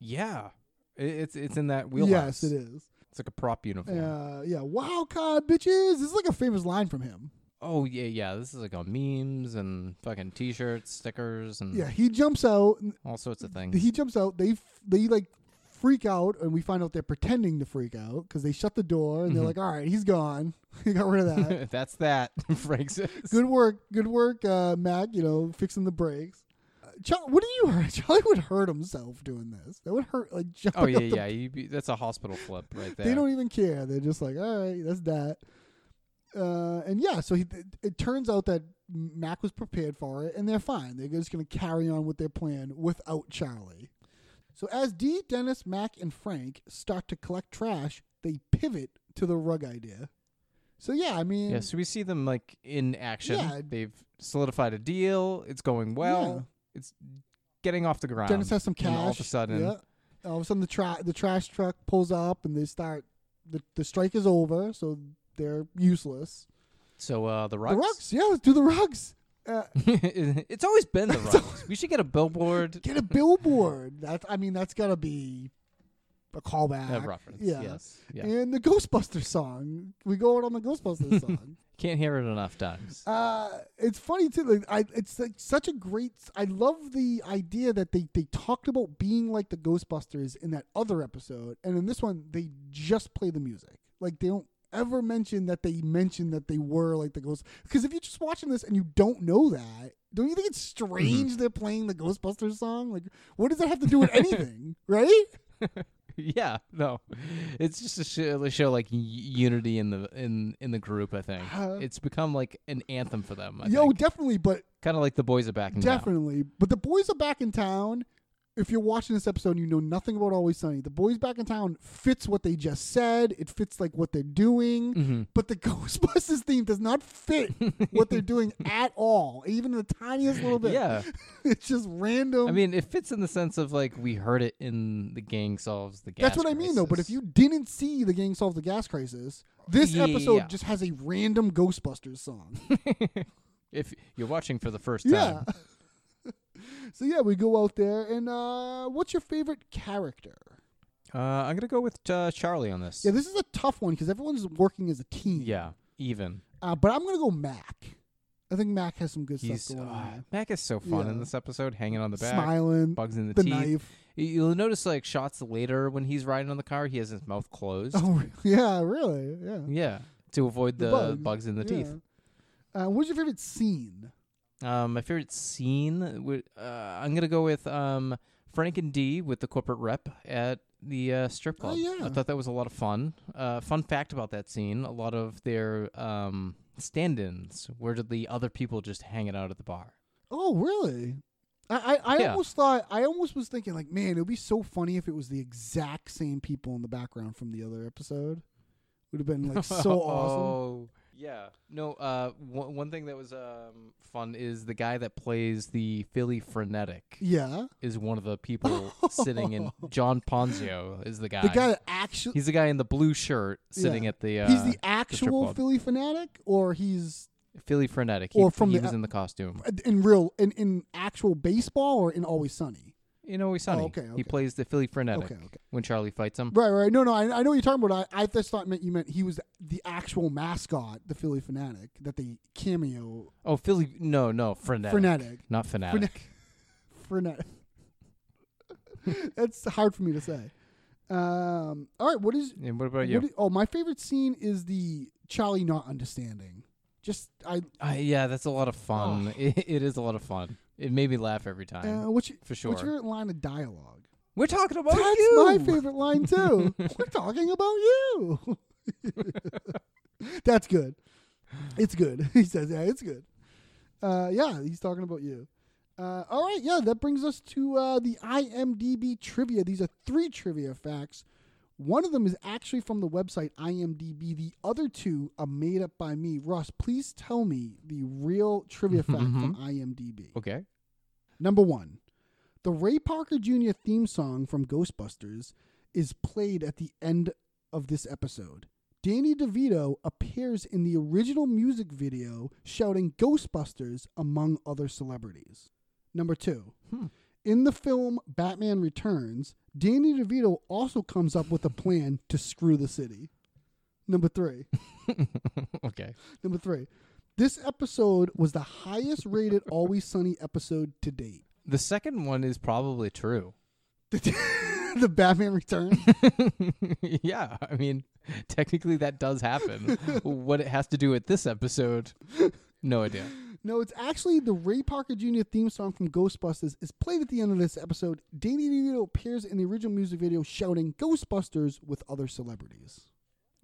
Yeah, I- it's it's in that wheelhouse. Yes, it is. It's like a prop uniform. Uh, yeah, wild card bitches. This is like a famous line from him. Oh yeah, yeah. This is like on memes and fucking t-shirts, stickers, and Yeah, he jumps out. and- all sorts of things. He jumps out. They f- they like freak out, and we find out they're pretending to freak out because they shut the door Mm-hmm. and they're like, "All right, he's gone. (laughs) he got rid of (laughs) that. That's that. Frank says. good work, good work, uh, Mac. You know, fixing the brakes." Uh, Charlie, what do you? (laughs) Charlie would hurt himself doing this. That would hurt. Like (laughs) jumping. Oh yeah, up the yeah. You be, that's a hospital flip right there. They don't even care. They're just like, all right, that's that. Uh, and yeah, so he, it, it turns out that Mac was prepared for it, and they're fine. They're just going to carry on with their plan without Charlie. So as Dee, Dennis, Mac, and Frank start to collect trash, they pivot to the rug idea. So yeah, I mean, Yeah, so we see them like in action. Mm. Yeah. They've solidified a deal. It's going well. It's getting off the ground. Dennis has some cash. And all of a sudden, yeah. all of a sudden the tra- the trash truck pulls up, and they start. The, the strike is over, so they're useless. so uh, the The rugs. rugs, yeah, let's do the rugs. Uh, (laughs) it's always been (laughs) the rugs. we should get a billboard. get a billboard. That's I mean that's gotta be a callback. A reference, yes, yeah. And the Ghostbusters song. We go out on the (laughs) Ghostbusters song. Can't hear it enough times. Uh, it's funny too. Like I, it's like such a great. I love the idea that they they talked about being like the Ghostbusters in that other episode, and in this one they just play the music. Like they don't ever mention that they mentioned that they were like the ghost. Because if you're just watching this and you don't know that, don't you think it's Mm-hmm. strange they're playing the Ghostbusters song? Like, what does that have to do with anything, (laughs) right? (laughs) yeah, no, it's just a show, a show like y- unity in the in in the group. I think Uh, it's become like an anthem for them. I Yo, think. definitely, but kind of like the boys are back in town. Definitely. But the boys are back in town. If you're watching this episode and you know nothing about Always Sunny, the boys back in town fits what they just said. It fits like what they're doing. Mm-hmm. But the (laughs) Ghostbusters theme does not fit what (laughs) they're doing at all, even the tiniest little bit. Yeah. (laughs) it's just random. I mean, it fits in the sense of like we heard it in the gang solves the gas. that's what I mean, though. But if crisis. you didn't see the gang solve the gas crisis, this Yeah. episode just has a random (laughs) Ghostbusters song. if you're watching for the first yeah. time, (laughs) so yeah, we go out there, and uh, what's your favorite character? uh, I'm gonna go with uh, Charlie on this. Yeah, this is a tough one because everyone's working as a team. Yeah, even. Uh, but I'm going to go Mac. I think Mac has some good He's stuff going ah, on. Mac is so fun Yeah. in this episode, hanging on the back, Smiling, bugs in the, the teeth. knife. (laughs) Y- You'll notice like shots later when he's riding on the car, he has his mouth closed. Oh, re- yeah, really? Yeah. Yeah, to avoid the, bugs. in the yeah. teeth. Uh, what's your favorite scene? Um, my favorite scene. Would, uh, I'm gonna go with um, Frank and D with the corporate rep at the uh, strip Oh, club. yeah. I thought that was a lot of fun. Uh, fun fact about that scene: a lot of their um, stand-ins were the other people just hanging out at the bar. Oh, really? I, I, I Yeah. almost thought, I almost was thinking, like, man, it would be so funny if it was the exact same people in the background from the other episode. Would have been, like, (laughs) so awesome. Oh, Yeah. No. Uh, one, one thing that was um fun is the guy that plays the Philly frenetic Yeah. is one of the people sitting in. John Ponzio is the guy. The guy that actually. He's the guy in the blue shirt yeah. sitting at the. Uh, He's the strip actual club. Philly fanatic, or he's Philly frenetic. He, Or from he the- was in the costume. in real in, in actual baseball or in Always Sunny? You know, he's Sunny. Oh, okay, okay. He plays the Philly frenetic Okay, okay. when Charlie fights him. Right, right. No, no. I, I know what you're talking about. I, I just thought meant you meant he was the actual mascot, the Philly fanatic that they cameo Oh, Philly. No, no, frenetic. Frenetic. Not fanatic. (laughs) frenetic. (laughs) That's hard for me to say. Um, all right. What is? And what about what you? i- oh, my favorite scene is the Charlie not understanding. Just I. Uh, yeah, that's a lot of fun. (laughs) It, it is a lot of fun. It made me laugh every time. Uh, what's your, for What's sure. your line of dialogue? We're talking about That's you. my favorite (laughs) line too. We're talking about you. (laughs) That's good. It's good. (laughs) He says, "Yeah, it's good." Uh, yeah, he's talking about you. Uh, all right, yeah, that brings us to uh, the IMDb trivia. These are three trivia facts. One of them is actually from the website IMDb. The other two are made up by me. Russ, please tell me the real trivia fact from IMDb. Mm-hmm. Okay. (laughs) Number one, the Ray Parker Jr. theme song from Ghostbusters is played at the end of this episode. Danny DeVito appears in the original music video shouting Ghostbusters among other celebrities. Number two, in the film Batman Returns, Danny DeVito also comes up with a plan to screw the city. Number three, (laughs) Okay. Number three. This episode was the highest rated Always Sunny episode to date. The second one is probably true. (laughs) (laughs) the Batman Return. yeah, I mean, technically that does (laughs) happen. what it has to do with this episode, no idea. no, it's actually the Ray Parker Jr. theme song from Ghostbusters is played at the end of this episode. Danny DeVito appears in the original music video shouting Ghostbusters with other celebrities.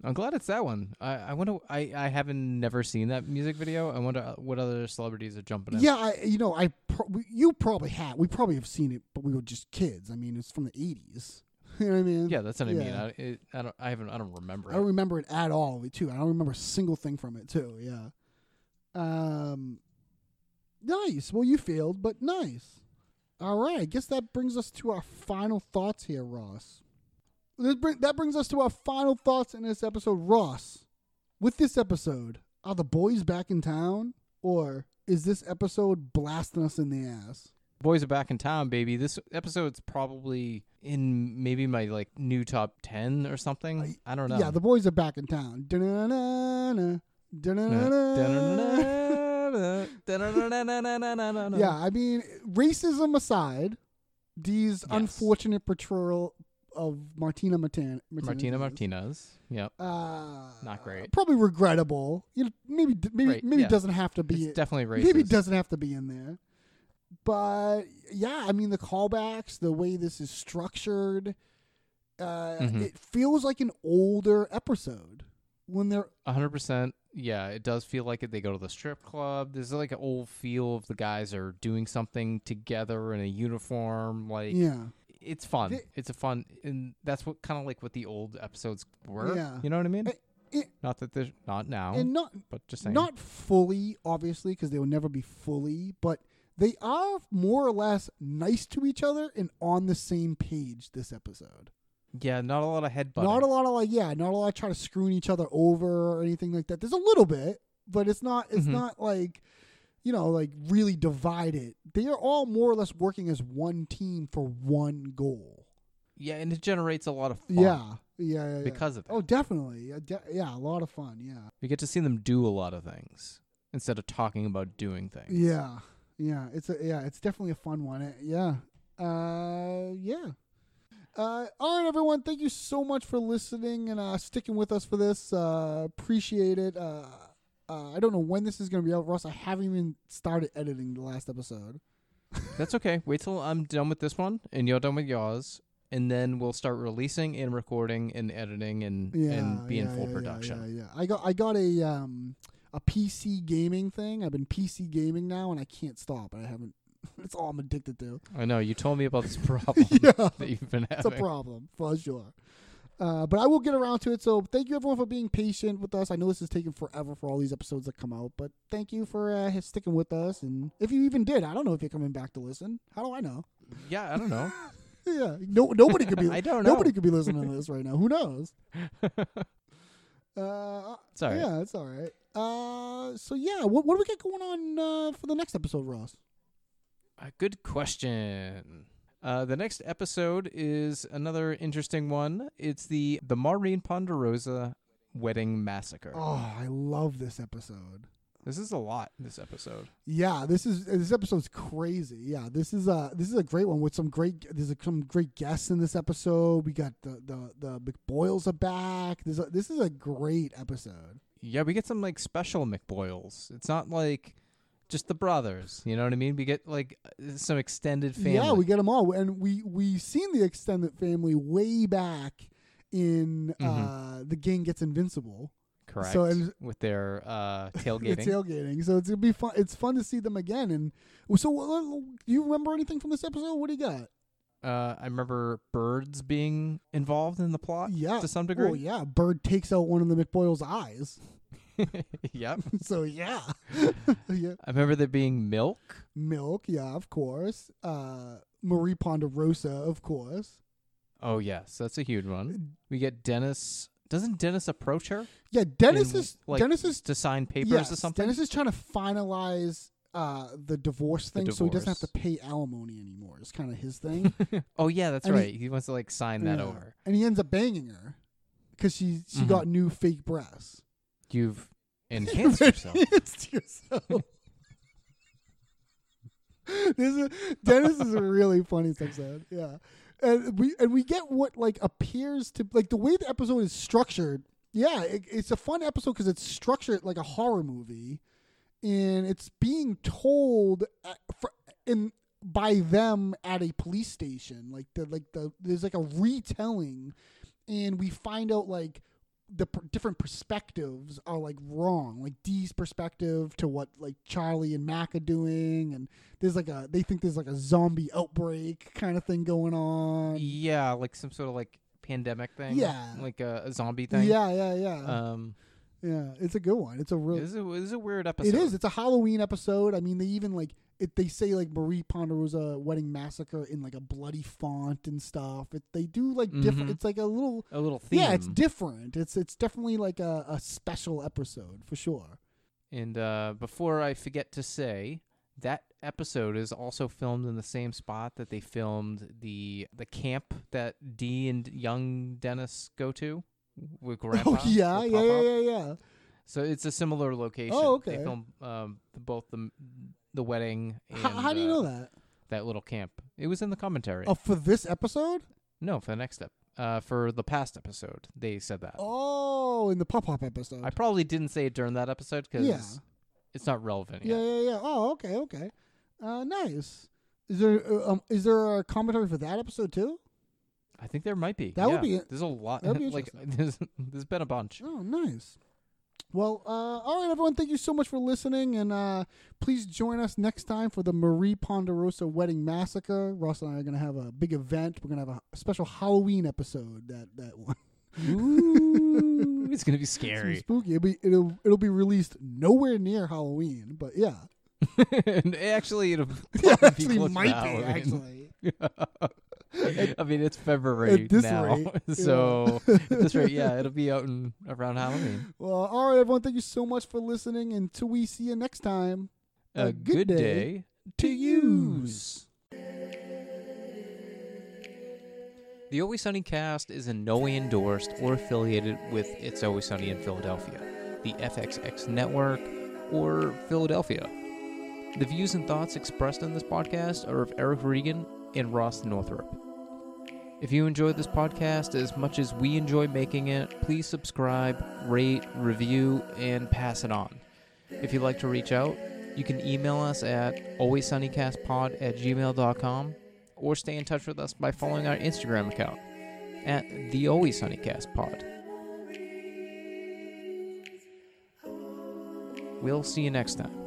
I'm glad it's that one. I, I wonder. I, I haven't never seen that music video. I wonder what other celebrities are jumping in. Yeah, I, you know, I pro- we- you probably have. We probably have seen it, but we were just kids. I mean, it's from the 80s. (laughs) you know what I mean? yeah, that's what I mean. Yeah. I, it, I don't. I haven't. I don't remember. I it. don't remember it at all too. I don't remember a single thing from it too. Yeah. Um. Nice. Well, you failed, but nice. All right. I guess that brings us to our final thoughts here, Ross. This bring, that brings us to our final thoughts in this episode, Ross. With this episode, are the boys back in town, or is this episode blasting us in the ass? Boys are back in town, baby. This episode's probably in maybe my like new top ten or something. I don't know. Yeah, the boys are back in town. Da-na-na-na, da-na-na-na. Yeah, I mean, racism aside, these Yes. unfortunate portrayal of Martina Martin. Martina Martinez. Yep. Uh, Not great. Probably regrettable. You know, maybe maybe Right, maybe yeah. doesn't have to be It's definitely Maybe racist. doesn't have to be in there. But yeah, I mean the callbacks, the way this is structured, uh, Mm-hmm. it feels like an older episode when they're A hundred percent. Yeah, it does feel like it. They go to the strip club. There's like an old feel of the guys are doing something together in a uniform. Like, yeah. it's fun. They- it's a fun, and that's what kind of like what the old episodes were. Yeah. You know what I mean? It- it- not that there's not now, and not but just saying. not fully obviously because they will never be fully but they are more or less nice to each other and on the same page this episode yeah, not a lot of headbutting. not a lot of like yeah not a lot of trying to screwing each other over or anything like that there's a little bit but it's not it's Mm-hmm. not like you know like really divided they are all more or less working as one team for one goal Yeah, and it generates a lot of fun. yeah yeah, yeah, yeah. Because of oh that. definitely yeah, de- yeah a lot of fun yeah we get to see them do a lot of things instead of talking about doing things. Yeah, yeah, it's a yeah, it's definitely a fun one. Uh, Yeah, uh, yeah. Uh, all right, everyone, thank you so much for listening and uh, sticking with us for this. Uh, appreciate it. Uh, uh, I don't know when this is going to be out, Russ. I haven't even started editing the last episode. That's okay. Wait till I'm done with this one and you're done with yours. And then we'll start releasing and recording and editing and, Yeah, and be in yeah, full yeah, yeah, production. Yeah, yeah, I got I got a um a PC gaming thing. I've been PC gaming now, and I can't stop. I haven't. (laughs) It's all I'm addicted to. I know. You told me about (laughs) this problem that you've been having. (laughs) it's a problem for sure. Uh, but I will get around to it. So thank you everyone for being patient with us. I know this is taking forever for all these episodes that come out, but thank you for uh, sticking with us. And if you even did, I don't know if you're coming back to listen. How do I know? (laughs) Yeah, I don't know. Yeah, no, nobody could be. (laughs) I don't Nobody know. could be listening to this right now. (laughs) Who knows? uh, It's all right. Yeah, it's all right. Uh, so yeah, what what do we got going on uh, for the next episode, Ross? A good question. Uh, the next episode is another interesting one. It's the the Maureen Ponderosa wedding massacre. Oh, I love this episode. This is a lot. This episode. Yeah, this is this episode's crazy. Yeah, this is a this is a great one with some great there's some great guests in this episode. We got the the the McBoyles are back. This is- this is a great episode. Yeah, we get some like special McBoyles. It's not like just the brothers. You know what I mean? We get like uh, some extended family. Yeah, we get them all, and we we seen the extended family way back in uh Mm-hmm. the gang gets invincible. correct so it's- with their (laughs) uh, The tailgating. tailgating, so it's gonna be fun. It's fun to see them again. And so, uh, do you remember anything from this episode? What do you got? uh, I remember birds being involved in the plot. Yeah, Uh, to some degree. Oh yeah, Bird takes out one of the McBoyles' eyes. (laughs) yep. (laughs) So yeah, yeah. I remember there being milk. Milk, yeah, of course. Uh, Marie Ponderosa, of course. Oh yes, that's a huge Uh, one. We get Dennis. Doesn't Dennis approach her? Yeah, Dennis in, is like, Dennis is to sign papers yes, or something. Dennis is trying to finalize uh the divorce The thing, so he doesn't have divorce. to pay alimony anymore. It's kind of his (laughs) thing. oh yeah, that's and he- right. He, wants to like sign that Yeah. over. Mm-hmm. and he ends up banging her because she she got new fake breasts. You've (laughs) enhanced yourself. It's (laughs) yourself. this is Dennis is really funny sometimes. Yeah, and we and we get what like appears to like the way the episode is structured. Yeah, it, it's a fun episode because it's structured like a horror movie, and it's being told uh, at, for, in by them at a police station. Like the like the there's like a retelling, and we find out like the per- different perspectives are like wrong like dee's perspective to what like charlie and mac are doing and there's like a they think there's like a zombie outbreak kind of thing going on yeah, like some sort of like pandemic thing. Yeah. like a, a zombie thing. yeah yeah yeah Um, yeah it's a good one it's a real this is a, this is a weird episode. it is it's a halloween episode i mean they even like it, they say like marie ponderosa wedding massacre in like a bloody font and stuff it, they do like different Mhm. it's like a little a little theme. yeah it's different it's it's definitely like a, a special episode for sure and uh, before I forget to say, that episode is also filmed in the same spot that they filmed the the camp that Dee and young Dennis go to with grandpa. (laughs) oh yeah with yeah yeah Papa. yeah yeah So it's a similar location. Oh, okay. They film um, the- both the the wedding. And, How, how do you uh, know that? That little camp. It was in the commentary. Oh, for this episode? No, for the next step. uh, for the past episode. They said that. Oh, in the pop up episode. I probably didn't say it during that episode because Yeah. it's not relevant yeah, yet. yeah, yeah. Oh, okay, okay. Uh, nice. Is there uh, um, is there a commentary for that episode too? I think there might be. That would Yeah. be- There's a lot. that'd (laughs) be like there's, there's been a bunch. (laughs) Oh, nice. Well, uh, all right, everyone. Thank you so much for listening, and uh, please join us next time for the Marie Ponderosa Wedding Massacre. Ross and I are going to have a big event. We're going to have a special Halloween episode. That that one. (laughs) Ooh, it's gonna be It's gonna be scary. spooky. It'll be it'll it'll be released nowhere near Halloween, but yeah, (laughs) and actually, (laughs) it'll probably be actually close to might be Halloween. actually. (laughs) I mean, it's February At this now, rate, (laughs) yeah. so at this rate, (laughs) yeah, it'll be out in around Halloween. Well, all right, everyone. Thank you so much for listening. Until we see you next time. A, Uh, good, day, to use. The Always Sunny cast is in no way endorsed or affiliated with It's Always Sunny in Philadelphia, the FXX network, or Philadelphia. The views and thoughts expressed in this podcast are of Eric Regan and Ross Northrup. If you enjoyed this podcast as much as we enjoy making it, please subscribe, rate, review, and pass it on. If you'd like to reach out, you can email us at alwayssunnycastpod at gmail.com or stay in touch with us by following our Instagram account at the Always Sunnycast Pod. We'll see you next time.